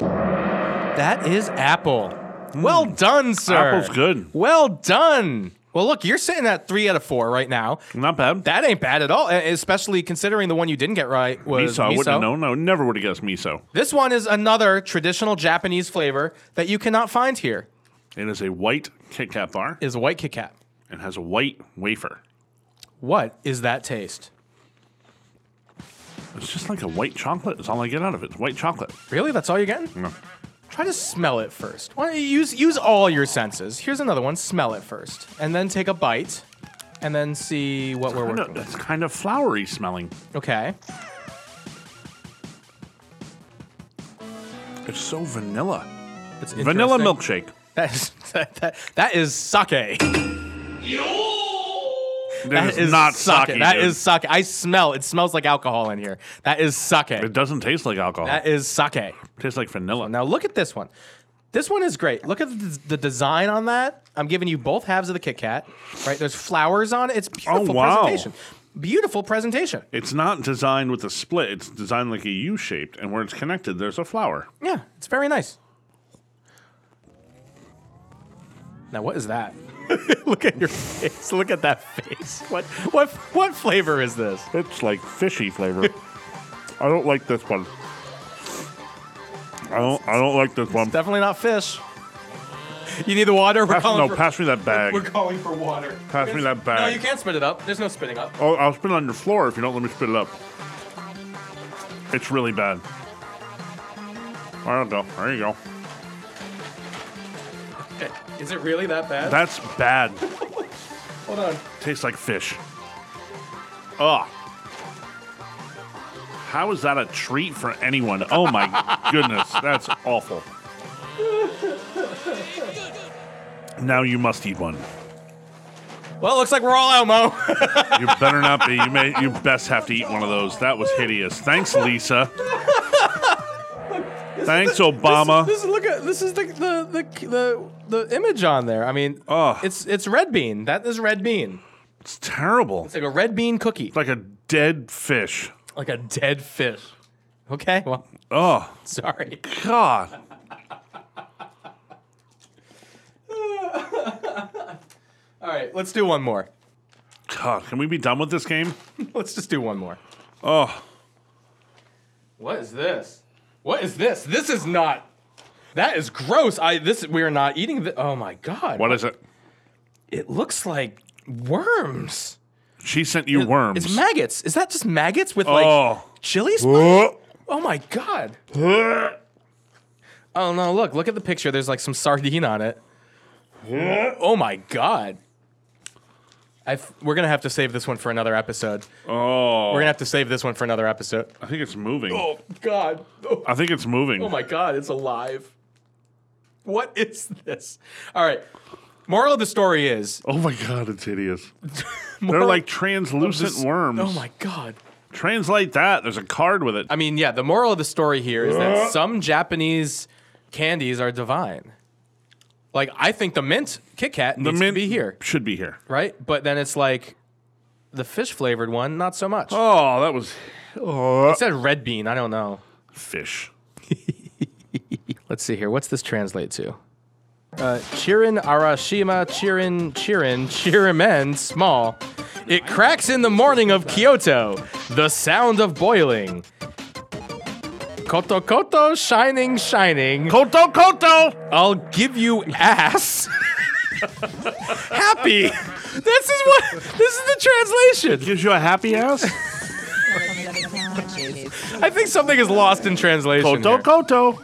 S4: that is apple. Well done, sir.
S3: Hmm. Apple's good.
S4: Well done. Well, look, you're sitting at three out of four right now.
S3: Not bad.
S4: That ain't bad at all, e- especially considering the one you didn't get right was
S3: miso. I wouldn't
S4: miso.
S3: have known. I never would have guessed miso.
S4: This one is another traditional Japanese flavor that you cannot find here.
S3: It is a white Kit Kat bar.
S4: Is white Kit Kat.
S3: It has a white wafer.
S4: What is that taste?
S3: It's just like a white chocolate. That's all I get out of it. It's white chocolate.
S4: Really? That's all you're getting? Try to smell it first. Why don't you use use all your senses? Here's another one. Smell it first, and then take a bite, and then see what we're
S3: I know,
S4: working with.
S3: it's kind of flowery smelling.
S4: Okay.
S3: It's so vanilla.
S4: It's
S3: Vanilla
S4: interesting.
S3: milkshake.
S4: That is, that, that, that is sake.
S3: That is not
S4: sake.
S3: sake.
S4: That
S3: dude.
S4: is sake. I smell. It smells like alcohol in here. That is sake.
S3: It doesn't taste like alcohol.
S4: That is sake.
S3: it tastes like vanilla.
S4: Now look at this one. This one is great. Look at the, the design on that. I'm giving you both halves of the Kit Kat. Right? There's flowers on it. It's beautiful
S3: wow.
S4: presentation. Beautiful presentation.
S3: It's not designed with a split. It's designed like a U shaped, and where it's connected, there's a flower.
S4: Yeah, it's very nice. Now what is that? look at your face. Look at that face. What what what flavor is this?
S3: It's like fishy flavor. I don't like this one. I don't. I don't like this one.
S4: Definitely not fish. You need the water. We're
S3: Pass,
S4: calling
S3: no,
S4: for,
S3: pass me that
S4: We're
S3: bag.
S4: calling for water.
S3: Pass me that
S4: No,
S3: bag.
S4: you can't spit it up. There's no spitting up.
S3: Oh, I'll spit it on your floor if you don't let me spit it up. It's really bad. I don't know. There you go.
S4: Is it really that bad?
S3: That's bad.
S4: Hold on.
S3: Tastes like fish. Ugh. How is that a treat for anyone? Oh my goodness, that's awful. Now you must eat one.
S4: Well, it looks like we're all out, Mo.
S3: You better not be. You may. You best have to eat one of those. That was hideous. Thanks, Lisa. Thanks, Obama.
S4: This, is look at this is the the, the the the image on there. I mean,
S3: Ugh.
S4: it's it's red bean. That is red bean.
S3: It's terrible.
S4: It's like a red bean cookie,
S3: It's like a dead fish.
S4: like a dead fish. Okay, well,
S3: Oh
S4: sorry.
S3: God.
S4: All right, let's do one more.
S3: God, can we be done with this game?
S4: Let's just do one more.
S3: Oh,
S4: What is this? What is this? This is not. That is gross. I this we are not eating. Th- oh my god!
S3: what is it?
S4: It looks like worms.
S3: She sent you worms.
S4: It's maggots. Is that just maggots with
S3: Oh.
S4: like chili spice? Oh my god. Oh no, look, look at the picture. There's like some sardine on it. Oh my god. I f- we're going to have to save this one for another episode.
S3: Oh,
S4: We're going to have to save this one for another episode.
S3: I think it's moving.
S4: Oh god. Oh,
S3: I think it's moving.
S4: oh my god, it's alive. What is this? All right. Moral of the story is
S3: Oh my god, it's hideous. They're
S4: Moral
S3: like
S4: of the
S3: translucent
S4: s-
S3: worms.
S4: Oh my god.
S3: Translate that. There's a card with it.
S4: I mean, yeah, the moral of the story here is that some Japanese candies are divine. Like, I think the mint Kit Kat needs
S3: mint-
S4: to be here,
S3: Should be here.
S4: right? But then it's like the fish flavored one, not so much.
S3: Oh, that was
S4: It said red bean. I don't know.
S3: fish.
S4: Let's see here. What's this translate to? Uh, Chirin Arashima Chirin Chirin Chirimen Small. It cracks in the morning of Kyoto. The sound of boiling. Koto Koto shining shining.
S3: Koto koto.
S4: I'll give you ass. Happy. This is what this is the translation.
S3: Gives you a happy ass.
S4: I think something is lost in translation.
S3: koto
S4: here.
S3: koto.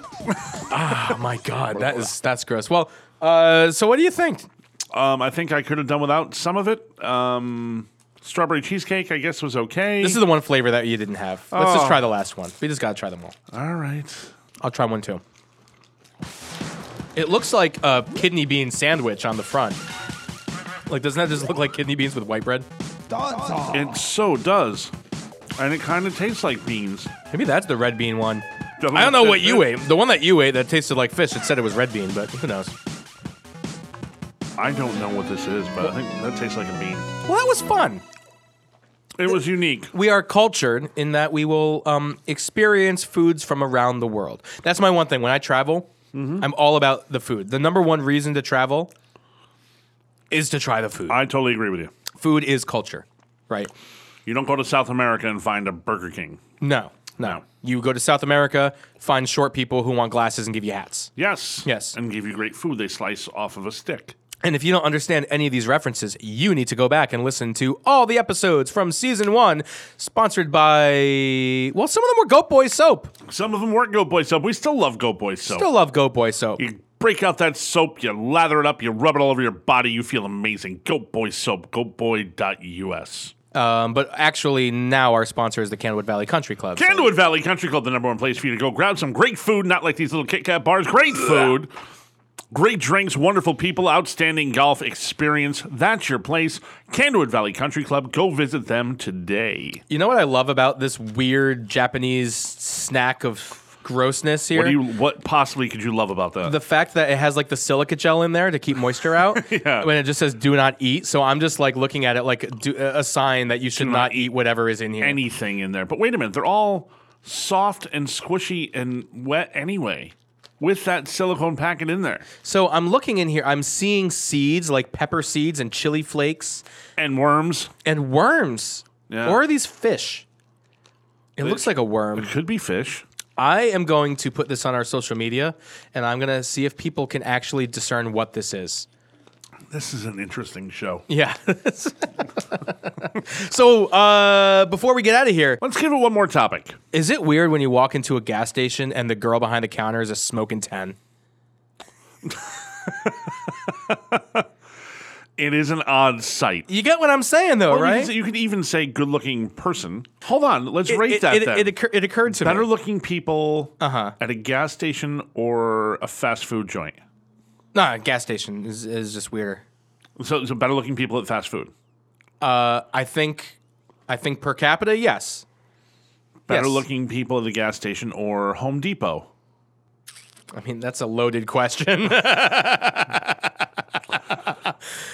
S4: Oh my god, that is that's gross. Well, uh, so what do you think?
S3: Um, I think I could have done without some of it. Um, strawberry cheesecake, I guess, was okay.
S4: This is the one flavor that you didn't have. Let's just
S3: Oh.
S4: try the last one. We just gotta try them all.
S3: all right.
S4: I'll try one too. It looks like a kidney bean sandwich on the front. Like, doesn't that just look like kidney beans with white bread?
S3: It so does. And it kind of tastes like beans.
S4: Maybe that's the red bean one.
S3: The
S4: I don't
S3: one
S4: know
S3: that-
S4: what you ate. The one that you ate that tasted like fish, it said it was red bean, but who knows?
S3: I don't know what this is, but I think that tastes like a bean.
S4: Well, that was fun.
S3: It was unique.
S4: We are cultured in that we will um, experience foods from around the world. That's my one thing. When I travel, I'm all about the food. The number one reason to travel is to try the food.
S3: I totally agree with you.
S4: food is culture, right?
S3: You don't go to South America and find a Burger King.
S4: No, no.
S3: No.
S4: You go to South America, find short people who want glasses and give you hats.
S3: Yes.
S4: Yes.
S3: And give you great food. They slice off of a stick.
S4: And if you don't understand any of these references, you need to go back and listen to all the episodes from season one, sponsored by, well, some of them were Goat Boy Soap.
S3: Some of them weren't Goat Boy soap. We still love Goat Boy soap.
S4: Still love Goat Boy Soap.
S3: you break out that soap, you lather it up, you rub it all over your body, you feel amazing. Goat Boy soap, goatboy.us.
S4: Um, but actually, now our sponsor is the Candlewood Valley Country Club. so-
S3: Candlewood Valley Country Club, the number one place for you to go grab some great food, not like these little Kit Kat bars. Great food, great drinks, wonderful people, outstanding golf experience. That's your place. Candlewood Valley Country Club. Go visit them today.
S4: you know what I love about this weird Japanese snack of grossness here?
S3: What do you? What possibly could you love about that?
S4: the fact that it has like the silica gel in there to keep moisture out when it just says do not eat so i'm just like looking at it like do, uh, a sign that you should not eat whatever is in here
S3: Anything in there? But wait a minute, they're all soft and squishy and wet anyway. With that silicone packet in there
S4: so i'm looking in here i'm seeing seeds like pepper seeds and chili flakes
S3: and worms,
S4: and worms
S3: Yeah.
S4: or are these fish it looks like a worm
S3: could be fish.
S4: i am going to put this on our social media and i'm going to see if people can actually discern what this is
S3: This is an interesting show.
S4: yeah so uh, before we get out of here
S3: Let's give it one more topic.
S4: Is it weird when you walk into a gas station and the girl behind the counter is a smoking 10?
S3: It is an odd sight.
S4: You get what I'm saying,
S3: Or
S4: though,
S3: Oh, You
S4: right?
S3: could, say- you could even say good looking person. Hold on, let's rate
S4: it,
S3: that
S4: it,
S3: then.
S4: it occur- it occurred to
S3: Better
S4: me. Uh-huh.
S3: looking people at a gas station or a fast food joint.
S4: Nah, gas station is, is just weirder.
S3: So, so better looking people at fast food.
S4: I think, I think per capita, yes.
S3: Better
S4: Yes.
S3: looking people at the gas station or Home Depot.
S4: I mean, that's a loaded question.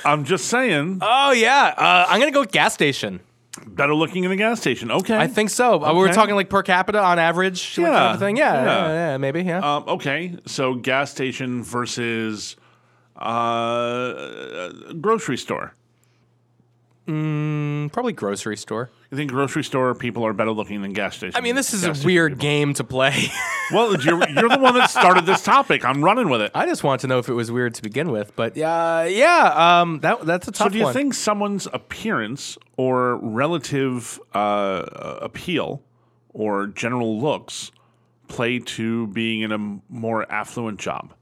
S3: I'm just saying,
S4: oh yeah, uh, I'm gonna go with gas station.
S3: better looking in the gas station. Okay.
S4: I think so. Uh, We were
S3: Okay.
S4: talking like per capita on average, yeah, like kind of
S3: Yeah,
S4: thing. Yeah, yeah,
S3: yeah.
S4: yeah, maybe. Yeah,
S3: Um, okay. So gas station versus uh, grocery store. Um,
S4: Mm, probably grocery store.
S3: You think grocery store people are better looking than gas station?
S4: I mean, this is
S3: gas
S4: a
S3: station
S4: weird
S3: people?
S4: game to play.
S3: Well, you're, you're the one that started this topic. I'm running with it.
S4: I just want to know if it was weird to begin with, but yeah, yeah, um, that that's a tough
S3: So, do you
S4: one.
S3: think someone's appearance or relative uh, appeal or general looks play to being in a m- more affluent job?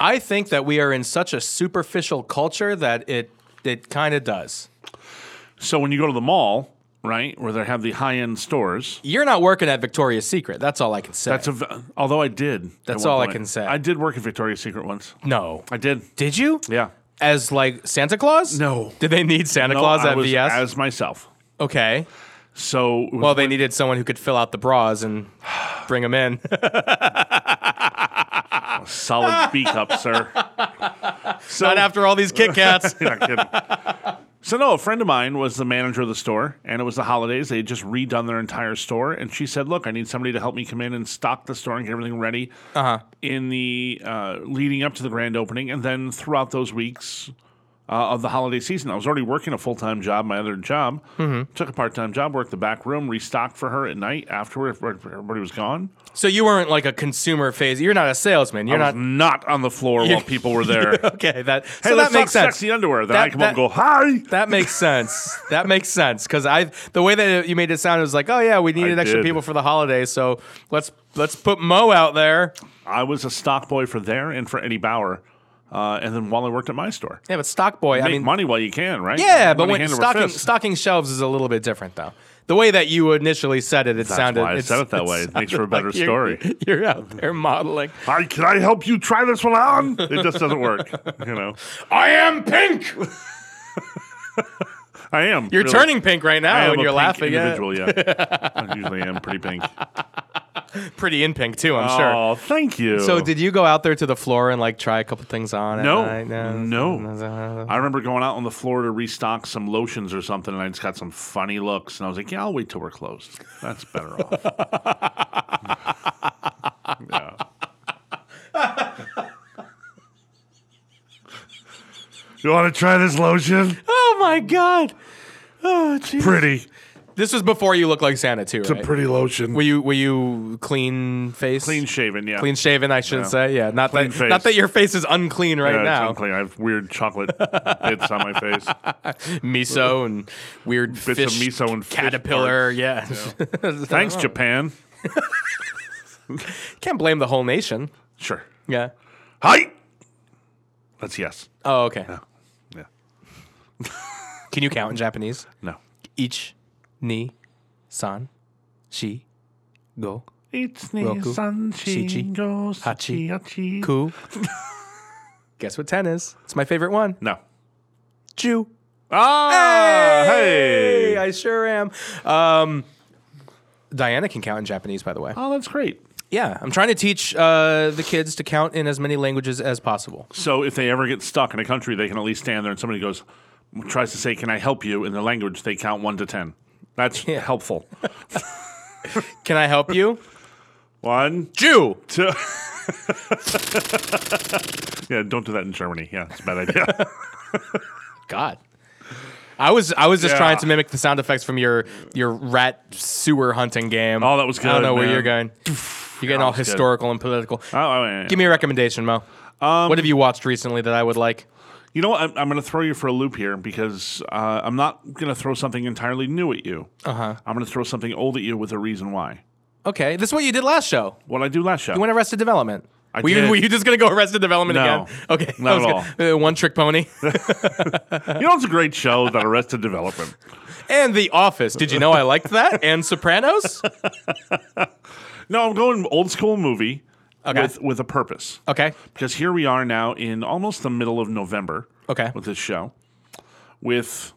S4: I think that we are in such a superficial culture that it it kind of does.
S3: So, when you go to the mall, right, where they have the high end stores,
S4: You're not working at Victoria's Secret. That's all I can say.
S3: that's a. v- Although I did. at
S4: That's
S3: one
S4: all I can say.
S3: I did work at Victoria's Secret once.
S4: no.
S3: I did.
S4: Did you?
S3: Yeah.
S4: As like Santa Claus?
S3: No.
S4: Did they need Santa
S3: No,
S4: Claus
S3: I
S4: at
S3: was
S4: VS?
S3: as myself.
S4: okay.
S3: So,
S4: Well, they needed someone who could fill out the bras and bring them in.
S3: solid beak up, sir. So,
S4: not after all these Kit Kats.
S3: You're not kidding. So no, a friend of mine was the manager of the store, and it was the holidays. They had just redone their entire store, and she said, "Look, I need somebody to help me come in and stock the store and get everything ready
S4: Uh-huh.
S3: in the uh, leading up to the grand opening, and then throughout those weeks uh, of the holiday season. I was already working a full time job, my other job.
S4: Mm-hmm.
S3: Took a part time job, worked the back room, restocked for her at night afterward if everybody was gone.
S4: so you weren't like a consumer phase. You're not a salesman. You're
S3: I was
S4: not.
S3: not on the floor while people were there.
S4: Okay, that
S3: Hey,
S4: so
S3: let's
S4: that makes
S3: talk
S4: sense.
S3: sexy underwear. Then I
S4: That-
S3: come
S4: that-
S3: up and go, hi.
S4: That makes sense. that makes sense because I the way that you made it sound it was like, oh yeah, we needed
S3: I
S4: extra
S3: did.
S4: people for the holidays, so let's let's put Mo out there.
S3: I was a stock boy for there and for Eddie Bauer, uh, and then while I worked at my store,
S4: Yeah, but Stock Boy, I
S3: make
S4: mean,
S3: money while you can, right?
S4: yeah, but
S3: Money
S4: when
S3: hand over
S4: stocking
S3: fist.
S4: stocking shelves is a little bit different though. the way that you initially said it, it sounded.
S3: why I
S4: it's-
S3: said it that way. It makes for a
S4: sounded
S3: better
S4: you're-
S3: story.
S4: You're out there modeling.
S3: I, can I help you try this one on? It just doesn't work. You know,
S4: I am pink.
S3: I am.
S4: You're
S3: really-
S4: turning pink right
S3: I
S4: now,
S3: am
S4: and
S3: a
S4: you're
S3: pink
S4: laughing. at it.
S3: Individual, yeah. I usually am pretty pink.
S4: pretty in pink too. I'm sure.
S3: Oh, thank you.
S4: So did you go out there to the floor and like try a couple things on? at
S3: No.
S4: night?
S3: No. I remember going out on the floor to restock some lotions or something, and I just got some funny looks, and I was like, "Yeah, I'll wait till we're closed. That's better off." yeah. You want to try this lotion?
S4: Oh my god. Oh, gee.
S3: Pretty.
S4: this was before you looked like Santa too, right?
S3: Pretty lotion.
S4: were you were you clean face?
S3: clean shaven, yeah.
S4: Clean shaven, I should
S3: Yeah.
S4: say. Yeah, not
S3: Clean
S4: that
S3: face.
S4: not that your face is unclean right
S3: Yeah, it's
S4: now.
S3: unclean. I have weird chocolate bits on my face.
S4: Miso and weird bits
S3: of miso and fish
S4: caterpillar. Yeah,
S3: Thanks, Japan.
S4: can't blame the whole nation.
S3: Sure.
S4: Yeah.
S3: Hi. That's yes.
S4: Oh, okay.
S3: Yeah.
S4: Can you count in Japanese?
S3: No.
S4: Each, ni, san, shi, go,
S3: It's
S4: Roku, Shichi, Hachi, ku. Guess what ten is? It's my favorite one.
S3: No.
S4: Jew.
S3: Ah, hey.
S4: Hey, I sure am. Um, Diana can count in Japanese, by the way.
S3: Oh, that's great.
S4: Yeah, I'm trying to teach uh, the kids to count in as many languages as possible.
S3: So if they ever get stuck in a country, they can at least stand there and somebody goes, tries to say, "Can I help you?" In the language, they count one to ten. That's helpful.
S4: Can I help you?
S3: One,
S4: Jew.
S3: two. yeah, don't do that in Germany. Yeah, it's a bad idea. Oh,
S4: God. I was I was just
S3: Yeah.
S4: trying to mimic the sound effects from your your rat sewer hunting game.
S3: Oh, that was
S4: I don't
S3: good,
S4: know where
S3: man.
S4: you're going. You're getting all
S3: was good.
S4: historical and political.
S3: oh, Um, oh, yeah, yeah.
S4: Give me a recommendation, Mo. what have you watched recently that I would like?
S3: You know what? I'm, I'm going to throw you for a loop here because uh, I'm not going to throw something entirely new at you. Uh-huh. I'm going to throw something old at you with a reason why.
S4: Okay, this is what you did last show.
S3: What I do last show.
S4: You went Arrested Development.
S3: I
S4: were, You,
S3: did.
S4: were you just gonna go Arrested Development
S3: No,
S4: again? Okay,
S3: not
S4: I was
S3: at
S4: gonna- uh, one trick pony
S3: you know, it's a great show that Arrested Development.
S4: and The Office. Did you know I liked that and Sopranos?
S3: No, I'm going old school movie
S4: Okay.
S3: with with a purpose
S4: Okay,
S3: because here we are now in almost the middle of November
S4: okay,
S3: with this show, with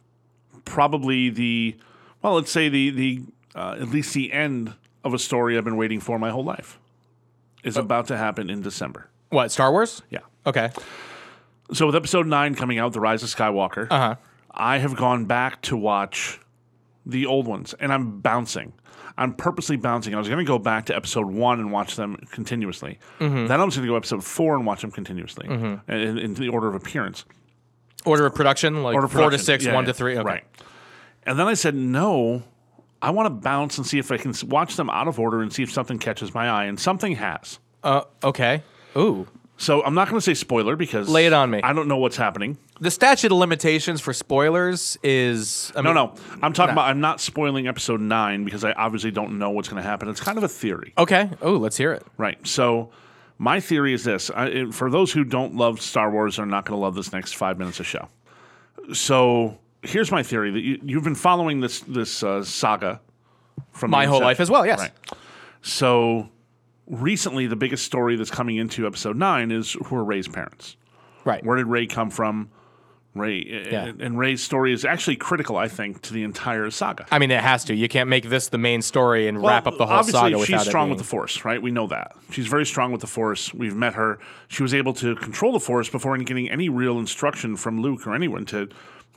S3: probably the well, let's say the the uh, at least the end of a story I've been waiting for my whole life is
S4: Oh.
S3: about to happen in December.
S4: what Star Wars?
S3: Yeah.
S4: Okay,
S3: So with episode nine coming out, The Rise of Skywalker, uh-huh. I have gone back to watch the old ones, and I'm bouncing. I'm purposely bouncing. I was going to go back to episode one and watch them continuously.
S4: Mm-hmm.
S3: Then I was going to go episode four and watch them continuously, in, in the order of appearance.
S4: order of production like
S3: Order of
S4: four to
S3: production.
S4: six,
S3: Yeah,
S4: one
S3: yeah.
S4: to three. Okay.
S3: Right. And then I said, no, I want to bounce and see if I can s- watch them out of order and see if something catches my eye, and something has.
S4: Uh, okay. Ooh.
S3: So I'm not going to say spoiler because
S4: Lay it on me.
S3: I don't know what's happening.
S4: The statute of limitations for spoilers is I
S3: No,
S4: mean,
S3: no. I'm talking about. I'm not spoiling episode nine because I obviously don't know what's going to happen. It's kind of a theory,
S4: Okay. Oh, let's hear it.
S3: right? So, my theory is this: I, it- for those who don't love Star Wars, are not going to love this next five minutes of show. So, here's my theory: that you, you've been following this this uh, saga from
S4: My
S3: the
S4: whole
S3: inception.
S4: life as well. Yes.
S3: Right. So, recently, the biggest story that's coming into episode nine is who are Ray's parents.
S4: Right.
S3: Where did Ray come from? Ray and, and Ray's story is actually critical, I think, to the entire saga.
S4: I mean, it has to. You can't make this the main story and wrap up the whole
S3: obviously
S4: saga without
S3: she's strong
S4: it.
S3: with the force right we know that she's very strong with the force we've met her she was able to control the force before getting any real instruction from luke or anyone to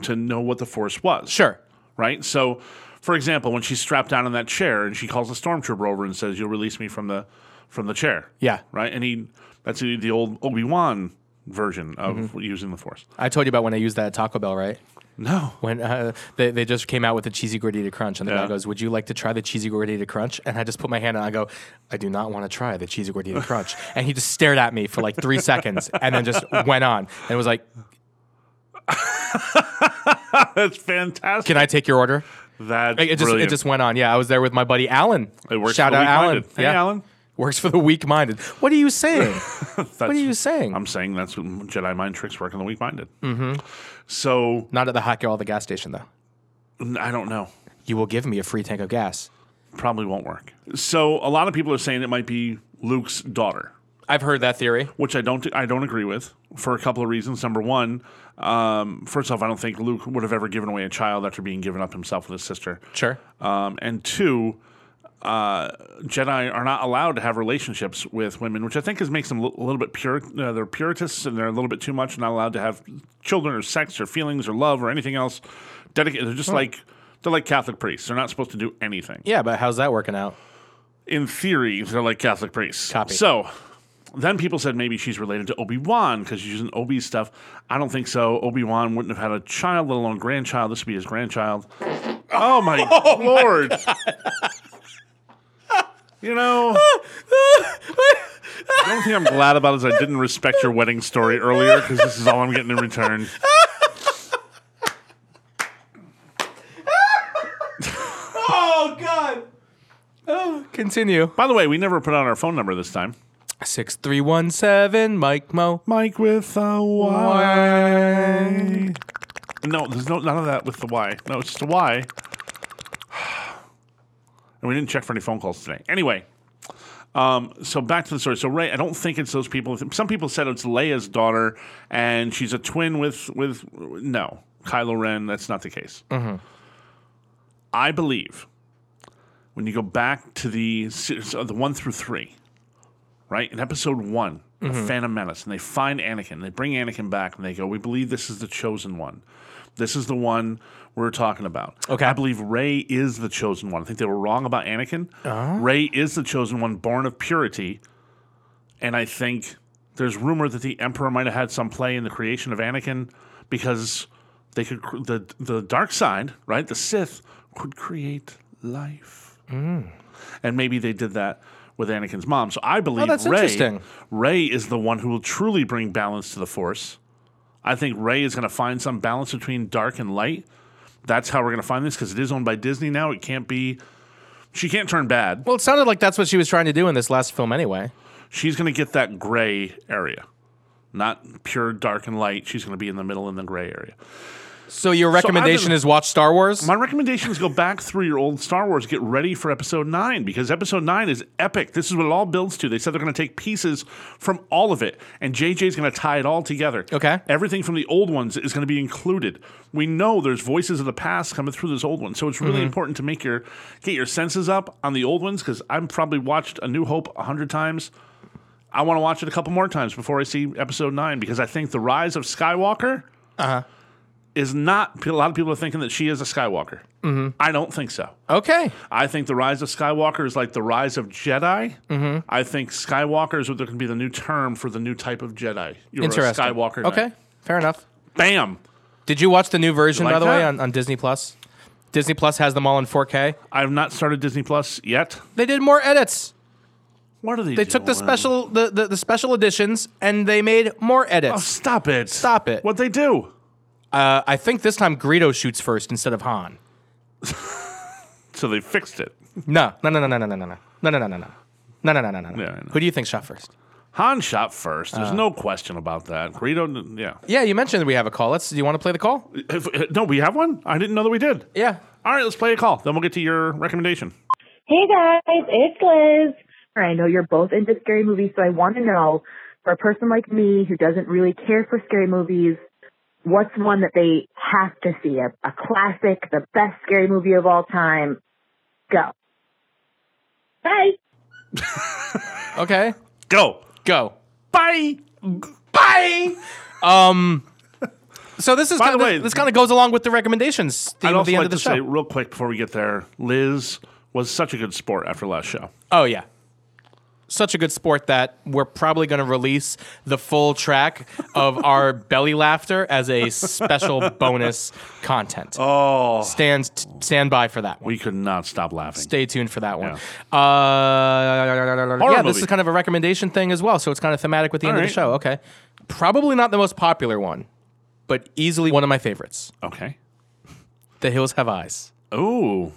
S3: to know what the force was
S4: sure.
S3: right so for example when she's strapped down in that chair and she calls a stormtrooper over and says you'll release me from the from the chair
S4: Yeah.
S3: right and he that's the the old obi-wan version of
S4: Mm-hmm.
S3: using the force
S4: I told you about when I used that at Taco Bell, right?
S3: no
S4: When uh, they, they just came out with the cheesy gordita crunch, and the guy
S3: Yeah.
S4: goes, "Would you like to try the cheesy gordita crunch?" And I just put my hand on. I go, "I do not want to try the cheesy gordita crunch." And he just stared at me for like three seconds, and then just went on and was like,
S3: that's fantastic
S4: "Can I take your order?"
S3: that's
S4: It just
S3: brilliant.
S4: it just went on. Yeah, I was there with my buddy Alan.
S3: It works
S4: Shout
S3: for the
S4: out Alan.
S3: weak-minded.
S4: yeah.
S3: hey alan
S4: Works for the weak-minded. What are you saying?
S3: That's,
S4: are you saying?
S3: I'm saying that's what Jedi mind tricks work on the weak minded. Mm-hmm. So
S4: Not at the hot girl at the gas station though.
S3: n- I don't know.
S4: you will give me a free tank of gas.
S3: Probably won't work. So a lot of people are saying it might be Luke's daughter.
S4: I've heard that theory.
S3: which I don't I don't agree with for a couple of reasons. Number one, um, first off, I don't think Luke would have ever given away a child after being given up himself with his sister.
S4: Sure.
S3: Um, and two, uh, Jedi are not allowed to have relationships with women, which I think is makes them a li- a little bit pure. Uh, they're puritists and they're a little bit too much. Not allowed to have children or sex or feelings or love or anything else. Dedicated. They're just like they're like Catholic priests. They're not supposed to do anything
S4: Yeah, but how's that working out?
S3: in theory, they're like Catholic priests.
S4: Copy.
S3: So then people said maybe she's related to Obi Wan because she's using Obi stuff. I don't think so. Obi Wan wouldn't have had a child, let alone grandchild. This would be his grandchild. Oh my lord! you know. The only thing I'm glad about is I didn't respect your wedding story earlier because this is all I'm getting in return.
S4: Oh God. Oh, continue.
S3: By the way, we never put out our phone number this time.
S4: Six three one seven Mike Mo.
S3: Mike with a Y. No, there's no none of that with the Y. No, it's just a Y. And we didn't check for any phone calls today. Anyway, um, so back to the story. So Ray, I don't think it's those people. Some people said it's Leia's daughter, and she's a twin with with no Kylo Ren. That's not the case. I believe when you go back to the series- uh, the one through three, right in episode one, the Phantom Menace, and they find Anakin, they bring Anakin back, and they go, "We believe this is the chosen one. This is the one we're talking about."
S4: Okay.
S3: I believe Ray is the chosen one. I think they were wrong about Anakin. Ray is the chosen one, born of purity, and I think there's rumor that the Emperor might have had some play in the creation of Anakin because they could cr- the the dark side, right? The Sith could create life,
S4: Mm.
S3: and maybe they did that with Anakin's mom. So I believe
S4: Oh, that's
S3: Ray
S4: interesting.
S3: Ray is the one who will truly bring balance to the Force. I think Ray is going to find some balance between dark and light. That's how we're going to find this because it is owned by Disney now. It can't be. She can't turn bad.
S4: Well, it sounded like that's what she was trying to do in this last film anyway.
S3: she's going to get that gray area, not pure dark and light. She's going to be in the middle in the gray area.
S4: So your recommendation
S3: been-
S4: is watch Star Wars?
S3: My recommendation is go back through your old Star Wars, get ready for episode nine because episode nine is epic. This is what it all builds to. They said they're going to take pieces from all of it, and JJ's going to tie it all together.
S4: Okay.
S3: Everything from the old ones is going to be included. We know there's voices of the past coming through this old one, so it's really
S4: Mm-hmm.
S3: important to make your get your senses up on the old ones because I've probably watched A New Hope a hundred times. I want to watch it a couple more times before I see episode nine because I think the rise of Skywalker
S4: Uh-huh.
S3: is not. A lot of people are thinking that she is a Skywalker.
S4: Mm-hmm.
S3: I don't think so.
S4: okay.
S3: I think the rise of Skywalker is like the rise of Jedi.
S4: Mm-hmm.
S3: I think Skywalker is what there can be the new term for the new type of Jedi. You're
S4: Interesting.
S3: a Skywalker.
S4: Okay.
S3: Knight.
S4: Fair enough.
S3: Bam.
S4: Did you watch the new version,
S3: like
S4: by the way,
S3: that?
S4: on, on Disney Plus? Disney Plus has them all in 4K.
S3: I've not started Disney Plus yet.
S4: They did more edits.
S3: What are they?
S4: They took the special the, the, the special editions and they made more
S3: Oh,
S4: edits.
S3: stop it!
S4: Stop it.
S3: What they do?
S4: Uh, I think this time Greedo shoots first instead of Han.
S3: So they fixed it.
S4: No, no, no, no, no, no, no, no, no, no, no, no, no, no, no, no, no, no,
S3: Yeah, I
S4: no.
S3: know.
S4: Who do you think shot first?
S3: Han shot first.
S4: Ah.
S3: There's no question about that. Greedo, yeah.
S4: Yeah, you mentioned that we have a call. Let's. Do you want to play the call?
S3: If, uh, no, we have one. I didn't know that we did.
S4: Yeah.
S3: All right, let's play a call. Then we'll get to your recommendation.
S6: Hey guys, it's Liz. I know you're both into scary movies, so I want to know for a person like me who doesn't really care for scary movies, what's one that they have to see? A, a classic, the best scary movie of all time. Go. Bye.
S4: Okay.
S3: Go.
S4: Go.
S3: Bye.
S4: Bye. Um. So this is
S3: By
S4: kind
S3: the
S4: of,
S3: way-
S4: this kind of goes along with the recommendations
S3: I'd
S4: theme at
S3: also
S4: the end
S3: like
S4: of the
S3: to say
S4: show.
S3: real quick before we get there, Liz was such a good sport after last show.
S4: Oh yeah. Such a good sport that we're probably going to release the full track of our belly laughter as a special bonus content. Oh, stand stand by for that one.
S3: We could not stop laughing.
S4: stay tuned for that one. Uh, yeah, this
S3: movie.
S4: is kind of a recommendation thing as well, so it's kind of thematic with the end of
S3: right.
S4: the show. Okay, probably not the most popular one, but easily one of my favorites.
S3: okay.
S4: The Hills Have Eyes.
S3: Oh,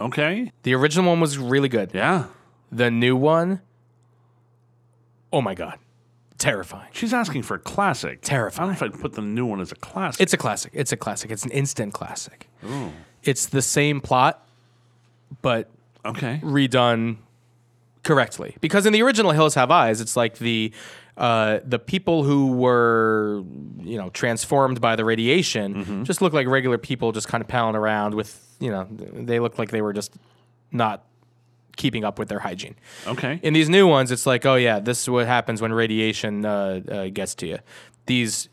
S3: okay.
S4: The original one was really good.
S3: Yeah.
S4: The new one, oh my god, terrifying.
S3: She's asking for a classic.
S4: Terrifying.
S3: I don't know if I'd put the new one as a classic.
S4: It's a classic. It's a classic. It's an instant classic. It's the same plot but
S3: Okay.
S4: redone correctly because in the original Hills Have Eyes, it's like the uh, the people who were you know transformed by the radiation just look like regular people, just kind of palling around with you know they look like they were just not keeping up with their hygiene.
S3: Okay.
S4: In these new ones, it's like, oh yeah, this is what happens when radiation uh, uh, gets to you. These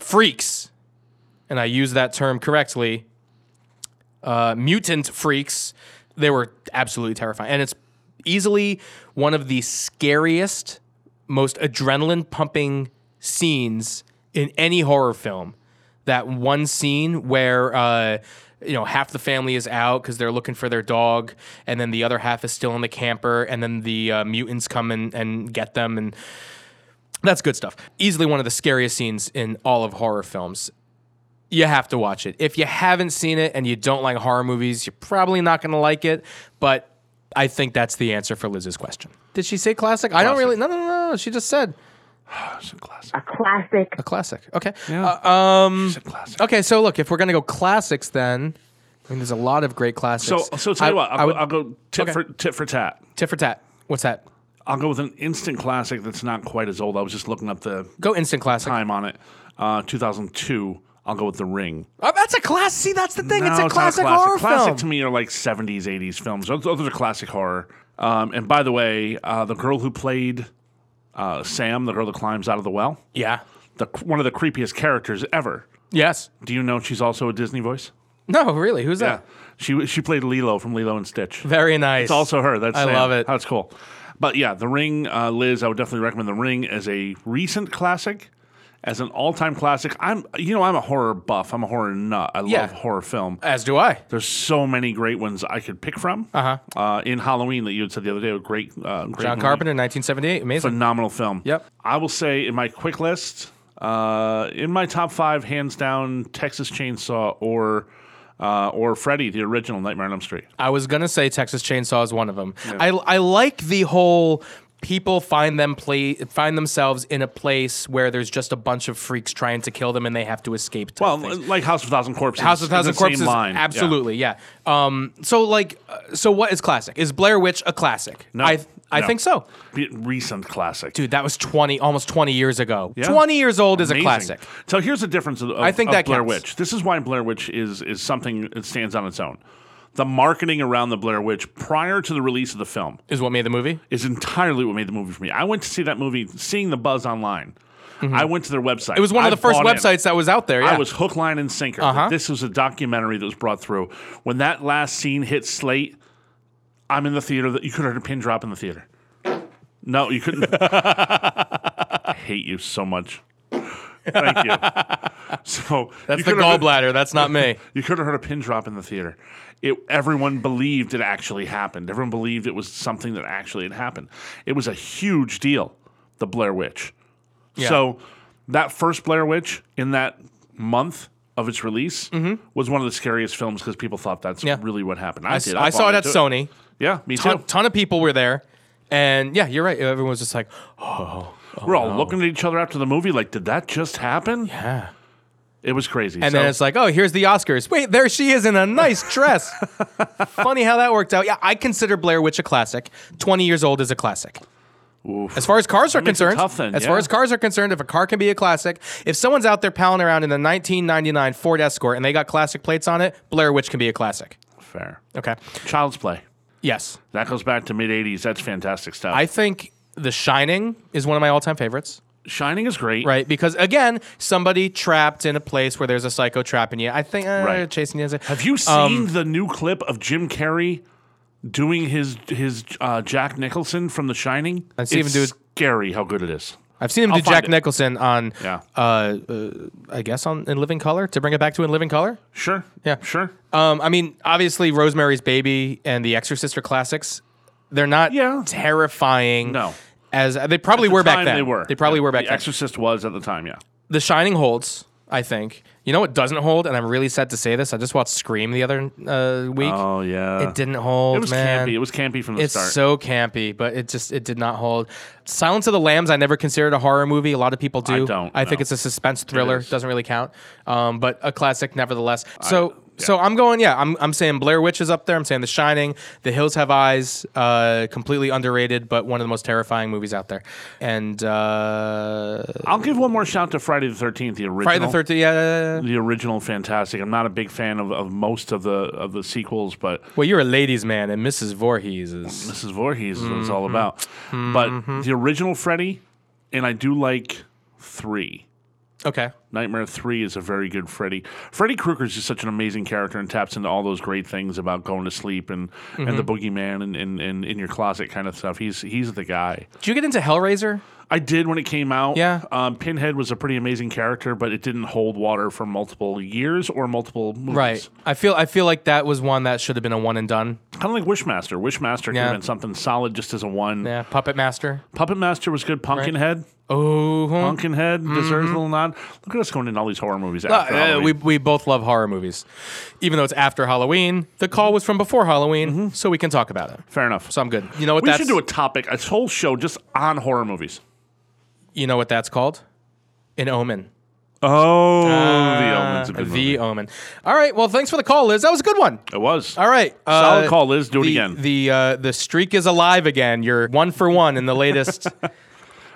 S4: freaks, and I use that term correctly, uh, mutant freaks. They were absolutely terrifying, and it's easily one of the scariest, most adrenaline pumping scenes in any horror film. That one scene where. Uh, you know, half the family is out because they're looking for their dog, and then the other half is still in the camper, and then the uh, mutants come and, and get them, and that's good stuff. Easily one of the scariest scenes in all of horror films. You have to watch it. If you haven't seen it and you don't like horror movies, you're probably not going to like it, but I think that's the answer for Liz's question. Did she say classic? I don't really. No, no, no, no. She just said
S3: It's a classic.
S6: A classic.
S4: a classic. Okay.
S3: Yeah.
S4: um,
S3: It's a classic.
S4: okay, so look, if we're going to go classics, then. I mean, there's a lot of great classics.
S3: So, so tell you what, I'll,
S4: would-
S3: go- I'll go tit
S4: okay.
S3: for tit for tat.
S4: Tit for tat. What's that?
S3: I'll go with an instant classic that's not quite as old. I was just looking up the
S4: Go instant classic.
S3: time on it. Uh, 2002. I'll go with The Ring.
S4: Oh, that's a class. See, that's the thing.
S3: No,
S4: it's a
S3: not
S4: classic, horror
S3: classic
S4: film.
S3: to me are like 70s, 80s films. Those, those are classic horror. Um, and by the way, uh, the girl who played uh, Sam, the girl that climbs out of the well,
S4: Yeah.
S3: the, one of the creepiest characters ever.
S4: Yes.
S3: Do you know she's also a Disney voice?
S4: No, really. Who's that?
S3: She she played Lilo from Lilo and Stitch.
S4: Very nice.
S3: It's also her. That's
S4: I
S3: Sam.
S4: love it.
S3: That's cool. But yeah, The Ring, uh, Liz. I would definitely recommend The Ring as a recent classic, as an all-time classic. I'm you know I'm a horror buff. I'm a horror nut. I
S4: Yeah.
S3: love horror film.
S4: As do I.
S3: There's so many great ones I could pick from. Uh-huh. In Halloween that you had said the other day, a great, uh, great
S4: John
S3: movie.
S4: Carpenter, 1978. Amazing.
S3: phenomenal film.
S4: Yep.
S3: I will say in my quick list, uh, in my top five, hands down, Texas Chainsaw or uh, or Freddy, the original Nightmare on Elm Street.
S4: I was gonna say Texas Chainsaw is one of them. I I like the whole people find them play find themselves in a place where there's just a bunch of freaks trying to kill them and they have to escape. type
S3: Well,
S4: things.
S3: like House of Thousand Corpses.
S4: House of
S3: is the
S4: Thousand
S3: same
S4: Corpses,
S3: line. Yeah.
S4: absolutely, yeah. Um, so like, uh, so what is classic? Is Blair Witch a classic?
S3: No,
S4: I I
S3: no.
S4: think so,
S3: Be- Recent classic.
S4: dude. That was twenty, almost twenty years ago.
S3: Yeah.
S4: Twenty years old is a
S3: Amazing.
S4: classic.
S3: So here's the difference of, of-
S4: I think
S3: of
S4: that
S3: Blair
S4: counts.
S3: Witch. This is why Blair Witch is is something that stands on its own. The marketing around the Blair Witch prior to the release of the film
S4: Is what made the movie.
S3: is entirely what made the movie for me. I went to see that movie, seeing the buzz online. I went to their website.
S4: Mm-hmm. It was one of the first websites that was out there. Yeah.
S3: I was hook, line, and sinker.
S4: Uh-huh.
S3: This was a documentary that was brought through. When that last scene hit slate, I'm in the theater. That you could have heard a pin drop in the theater. No, you couldn't. I hate you so much. Thank you. So
S4: That's
S3: you
S4: the
S3: could have-
S4: gallbladder. That's not me.
S3: you could have heard a pin drop in the theater. It, everyone believed it actually happened. Everyone believed it was something that actually had happened. It was a huge deal, the Blair Witch. So that first Blair Witch in that month of its release was one of the scariest films because people thought that's
S4: Mm-hmm. Yeah.
S3: really what happened. I,
S4: I,
S3: did.
S4: s- I saw
S3: bought
S4: it at
S3: into
S4: Sony.
S3: Yeah, me
S4: Ton,
S3: too.
S4: ton of people were there, and yeah, you're right. Everyone was just like,
S3: We're all looking at each other after the movie like, did that just happen? Yeah. It was crazy.
S4: and then it's like, oh, here's the Oscars. Wait, there she is in a nice dress. Funny how that worked out. Yeah, I consider Blair Witch a classic. Twenty years old is a classic. As far as cars are
S3: makes it
S4: concerned,
S3: tough then,
S4: as far
S3: yeah.
S4: as cars are concerned, if a car can be a classic, if someone's out there palling around in the 1999 Ford Escort and they got classic plates on it, Blair Witch can be a classic.
S3: fair.
S4: Okay.
S3: Child's Play.
S4: Yes.
S3: That goes back to mid 80s. That's fantastic stuff.
S4: I think The Shining is one of my all-time favorites.
S3: Shining is great.
S4: right? Because again, somebody trapped in a place where there's a psycho trapping you. I think uh,
S3: Right.
S4: chasing you.
S3: Have you
S4: Um,
S3: seen the new clip of Jim Carrey doing his his uh, Jack Nicholson from The Shining?
S4: I've seen him
S3: it's
S4: do his-
S3: scary how good it is.
S4: I've seen him
S3: I'll
S4: do Jack
S3: find it.
S4: Nicholson on,
S3: Yeah.
S4: uh, uh, I guess on in Living Color to bring it back to in Living Color.
S3: Sure.
S4: Yeah.
S3: Sure.
S4: Um, I mean, obviously, Rosemary's Baby and The Exorcist are classics. They're not
S3: Yeah.
S4: terrifying.
S3: No.
S4: As they probably
S3: At the
S4: were back
S3: time,
S4: then.
S3: They were.
S4: They probably
S3: Yeah.
S4: were back
S3: the
S4: then.
S3: Exorcist was at the time. Yeah.
S4: The Shining holds, I think. You know what doesn't hold, and I'm really sad to say this. I just watched Scream the other uh, week.
S3: Oh yeah.
S4: It didn't hold.
S3: It was
S4: man.
S3: campy. It was campy from the
S4: It's
S3: start.
S4: so campy, but it just it did not hold. Silence of the Lambs, I never considered a horror movie. A lot of people do.
S3: don't,
S4: I think
S3: no.
S4: it's a suspense thriller.
S3: is.
S4: Doesn't really count, um, but a classic nevertheless. So So I'm going, yeah, I'm, I'm saying Blair Witch is up there. I'm saying The Shining, The Hills Have Eyes, uh, completely underrated, but one of the most terrifying movies out there. And uh,
S3: I'll give one more shout to Friday the Thirteenth, the original.
S4: Friday the 13th, yeah, yeah, yeah.
S3: the original fantastic. I'm not a big fan of, of most of the of the sequels, but
S4: Well, you're a ladies' man, and Mrs. Voorhees is.
S3: Mrs. Voorhees is what it's all
S4: Mm-hmm.
S3: about. But the original Freddy, and I do like three.
S4: Okay.
S3: Nightmare Three is a very good Freddy. Freddy Krueger is just such an amazing character and taps into all those great things about going to sleep and, and the
S4: Mm-hmm.
S3: boogeyman and, and, and in your closet kind of stuff. He's he's the guy.
S4: Did you get into Hellraiser?
S3: I did when it came out.
S4: Yeah.
S3: Um, Pinhead was a pretty amazing character, but it didn't hold water for multiple years or multiple movies.
S4: Right. I feel I feel like that was one that should have been a one and done.
S3: Kind of like Wishmaster. Wishmaster could
S4: Yeah.
S3: have been something solid just as a one.
S4: Yeah. Puppet Master.
S3: Puppet Master was good. Pumpkinhead.
S4: Oh, huh.
S3: Pumpkinhead deserves a little nod. Look at us going into all these horror movies.
S4: Uh,
S3: After Halloween.
S4: we we both love horror movies, even though it's after Halloween. The call was from before Halloween, so we can talk about it.
S3: Mm-hmm. Fair enough.
S4: So I'm good. You know what
S3: we
S4: that's
S3: should do a topic, a whole show just on horror movies.
S4: you know what that's called? An omen.
S3: Oh, The Omen's a
S4: Uh, the
S3: good movie.
S4: omen. All right. Well, thanks for the call, Liz. That was a good one.
S3: It was.
S4: All right. uh,
S3: Solid call, Liz. Do it
S4: the-
S3: again.
S4: The uh, the streak is alive again. You're one for one in the latest.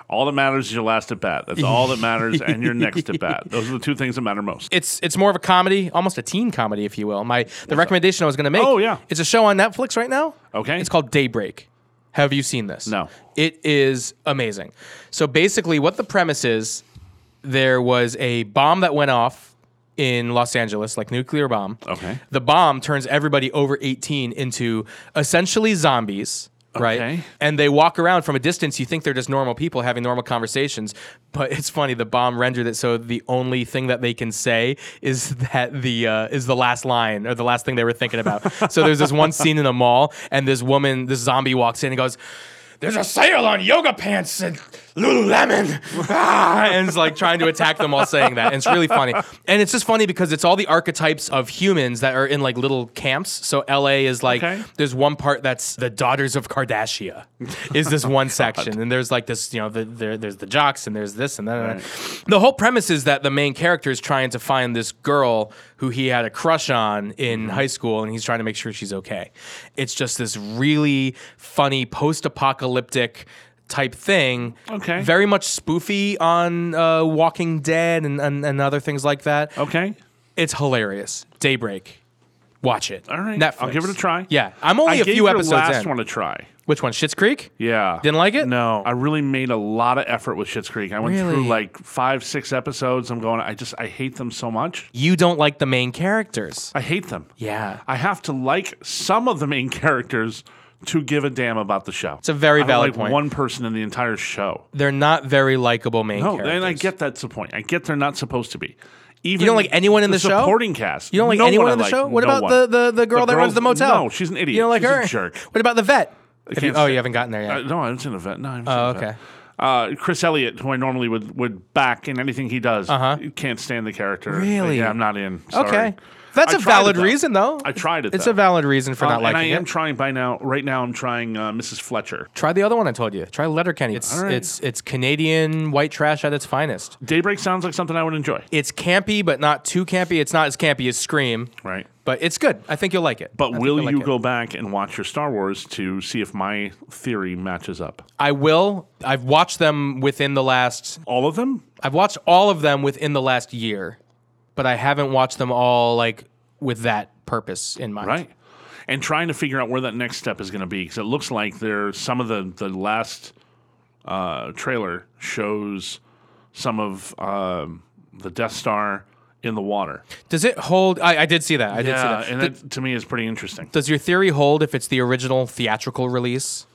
S3: All that matters is your last at bat. That's all that matters, and your next at bat. Those are the two things that matter most.
S4: it's it's more of a comedy, almost a teen comedy, if you will. My the recommendation I was going to make.
S3: Oh, yeah.
S4: it's a show on Netflix right now.
S3: Okay.
S4: it's called Daybreak. Have you seen this?
S3: No.
S4: It is amazing. So basically, what the premise is, there was a bomb that went off in Los Angeles, like nuclear bomb.
S3: Okay.
S4: The bomb turns everybody over 18 into essentially zombies. Right.
S3: Okay.
S4: And they walk around from a distance. You think they're just normal people having normal conversations. But it's funny, the bomb rendered it so the only thing that they can say is that the uh, is the last line or the last thing they were thinking about. so there's this one scene in a mall, and this woman, this zombie walks in and goes, there's a sale on yoga pants and Lululemon. Ah, and it's like trying to attack them while saying that. And it's really funny. And it's just funny because it's all the archetypes of humans that are in like little camps. So LA is like,
S3: Okay.
S4: there's one part that's the daughters of Kardashian is this one section. And there's like this, you know, the, there, there's the jocks and there's this and that. The whole premise is that the main character is trying to find this girl who he had a crush on in
S3: Mm-hmm.
S4: high school and he's trying to make sure she's okay. It's just this really funny post apocalyptic type thing.
S3: Okay.
S4: Very much spoofy on uh, Walking Dead and, and, and other things like that.
S3: Okay.
S4: It's hilarious. Daybreak. Watch it.
S3: All right.
S4: Netflix.
S3: I'll give it a try.
S4: Yeah. I'm only
S3: I
S4: a
S3: gave
S4: few
S3: your
S4: episodes
S3: last
S4: in.
S3: one a try.
S4: Which one? Shits Creek?
S3: Yeah.
S4: Didn't like it?
S3: No. I really made a lot of effort with Shit's Creek. I went
S4: Really?
S3: through like five, six episodes. I'm going, I just, I hate them so much.
S4: You don't like the main characters.
S3: I hate them.
S4: Yeah.
S3: I have to like some of the main characters to give a damn about the show. It's
S4: a very valid
S3: like
S4: point.
S3: one person in the entire show.
S4: They're not very likable main
S3: No,
S4: characters.
S3: and I get that's the point. I get they're not supposed to be. Even
S4: You don't like anyone in the show?
S3: supporting cast.
S4: You don't like
S3: No
S4: anyone
S3: one
S4: in the
S3: I like.
S4: show? What
S3: No
S4: about
S3: one.
S4: the, the, the girl that runs
S3: girl's-
S4: the motel?
S3: No, she's an idiot.
S4: You don't like
S3: She's a
S4: her?
S3: jerk.
S4: What about the vet? If you-
S3: can't
S4: oh,
S3: say-
S4: you haven't gotten there yet.
S3: Uh, no, I was in a vet. No, I was
S4: Oh,
S3: in a vet.
S4: okay.
S3: Uh, Chris Elliott, who I normally would, would back in anything he does,
S4: Uh-huh.
S3: can't stand the character.
S4: Really?
S3: Yeah, I'm not in. Sorry.
S4: okay. That's
S3: I
S4: a
S3: tried it,
S4: valid
S3: though.
S4: reason, though.
S3: I tried it.
S4: It's
S3: though.
S4: a valid reason for
S3: Um,
S4: not liking
S3: And I am
S4: it.
S3: trying by now. Right now, I'm trying uh, Mrs. Fletcher.
S4: Try the other one I told you. Try Letterkenny. It's
S3: All right.
S4: it's it's Canadian white trash at its finest.
S3: Daybreak sounds like something I would enjoy.
S4: It's campy, but not too campy. It's not as campy as Scream,
S3: Right.
S4: but it's good. I think you'll like it. I
S3: But
S4: think
S3: will
S4: you'll like
S3: you
S4: it.
S3: go back and watch your Star Wars to see if my theory matches up?
S4: I will. I've watched them within the last
S3: All of them?
S4: I've watched all of them within the last year, but I haven't watched them all like with that purpose in mind.
S3: Right. And trying to figure out where that next step is going to be because it looks like there some of the the last uh, trailer shows some of um, the Death Star in the water.
S4: Does it hold? I, I did see that. I did see that.
S3: and
S4: Th-
S3: that to me is pretty interesting.
S4: Does your theory hold if it's the original theatrical release?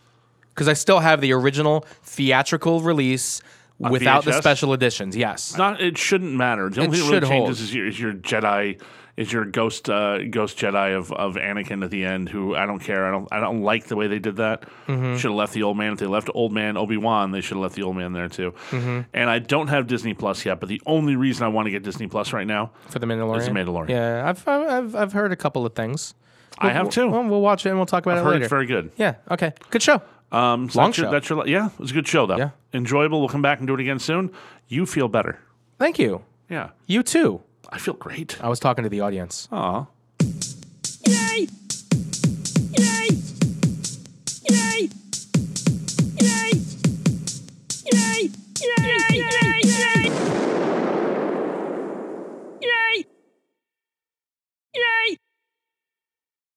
S4: Because I still have the original theatrical release without the
S3: VHS?
S4: special editions. Yes.
S3: It's not. It shouldn't matter. The only thing that
S4: should
S3: really
S4: hold.
S3: changes is your, is your Jedi, is your ghost, uh, ghost Jedi of, of Anakin at the end. Who I don't care. I don't. I don't like the way they did that.
S4: Mm-hmm.
S3: Should have left the old man. If they left old man Obi Wan, they should have left the old man there too.
S4: Mm-hmm.
S3: And I don't have Disney Plus yet. But the only reason I want to get Disney Plus right now,
S4: for the Mandalorian.
S3: It's Mandalorian.
S4: Yeah, I've I've I've- I've heard a couple of things.
S3: I have too.
S4: Well, we'll watch it and we'll talk about
S3: I've
S4: it
S3: heard
S4: later.
S3: it's very good.
S4: yeah. Okay. Good show.
S3: Um, so
S4: Long
S3: that's your-
S4: show.
S3: that's your, yeah, it was a good show though.
S4: Yeah.
S3: Enjoyable. We'll come back and do it again soon. You feel better.
S4: Thank you.
S3: Yeah,
S4: You too.
S3: I feel great.
S4: I was talking to the audience.
S3: Aw.
S1: Yay!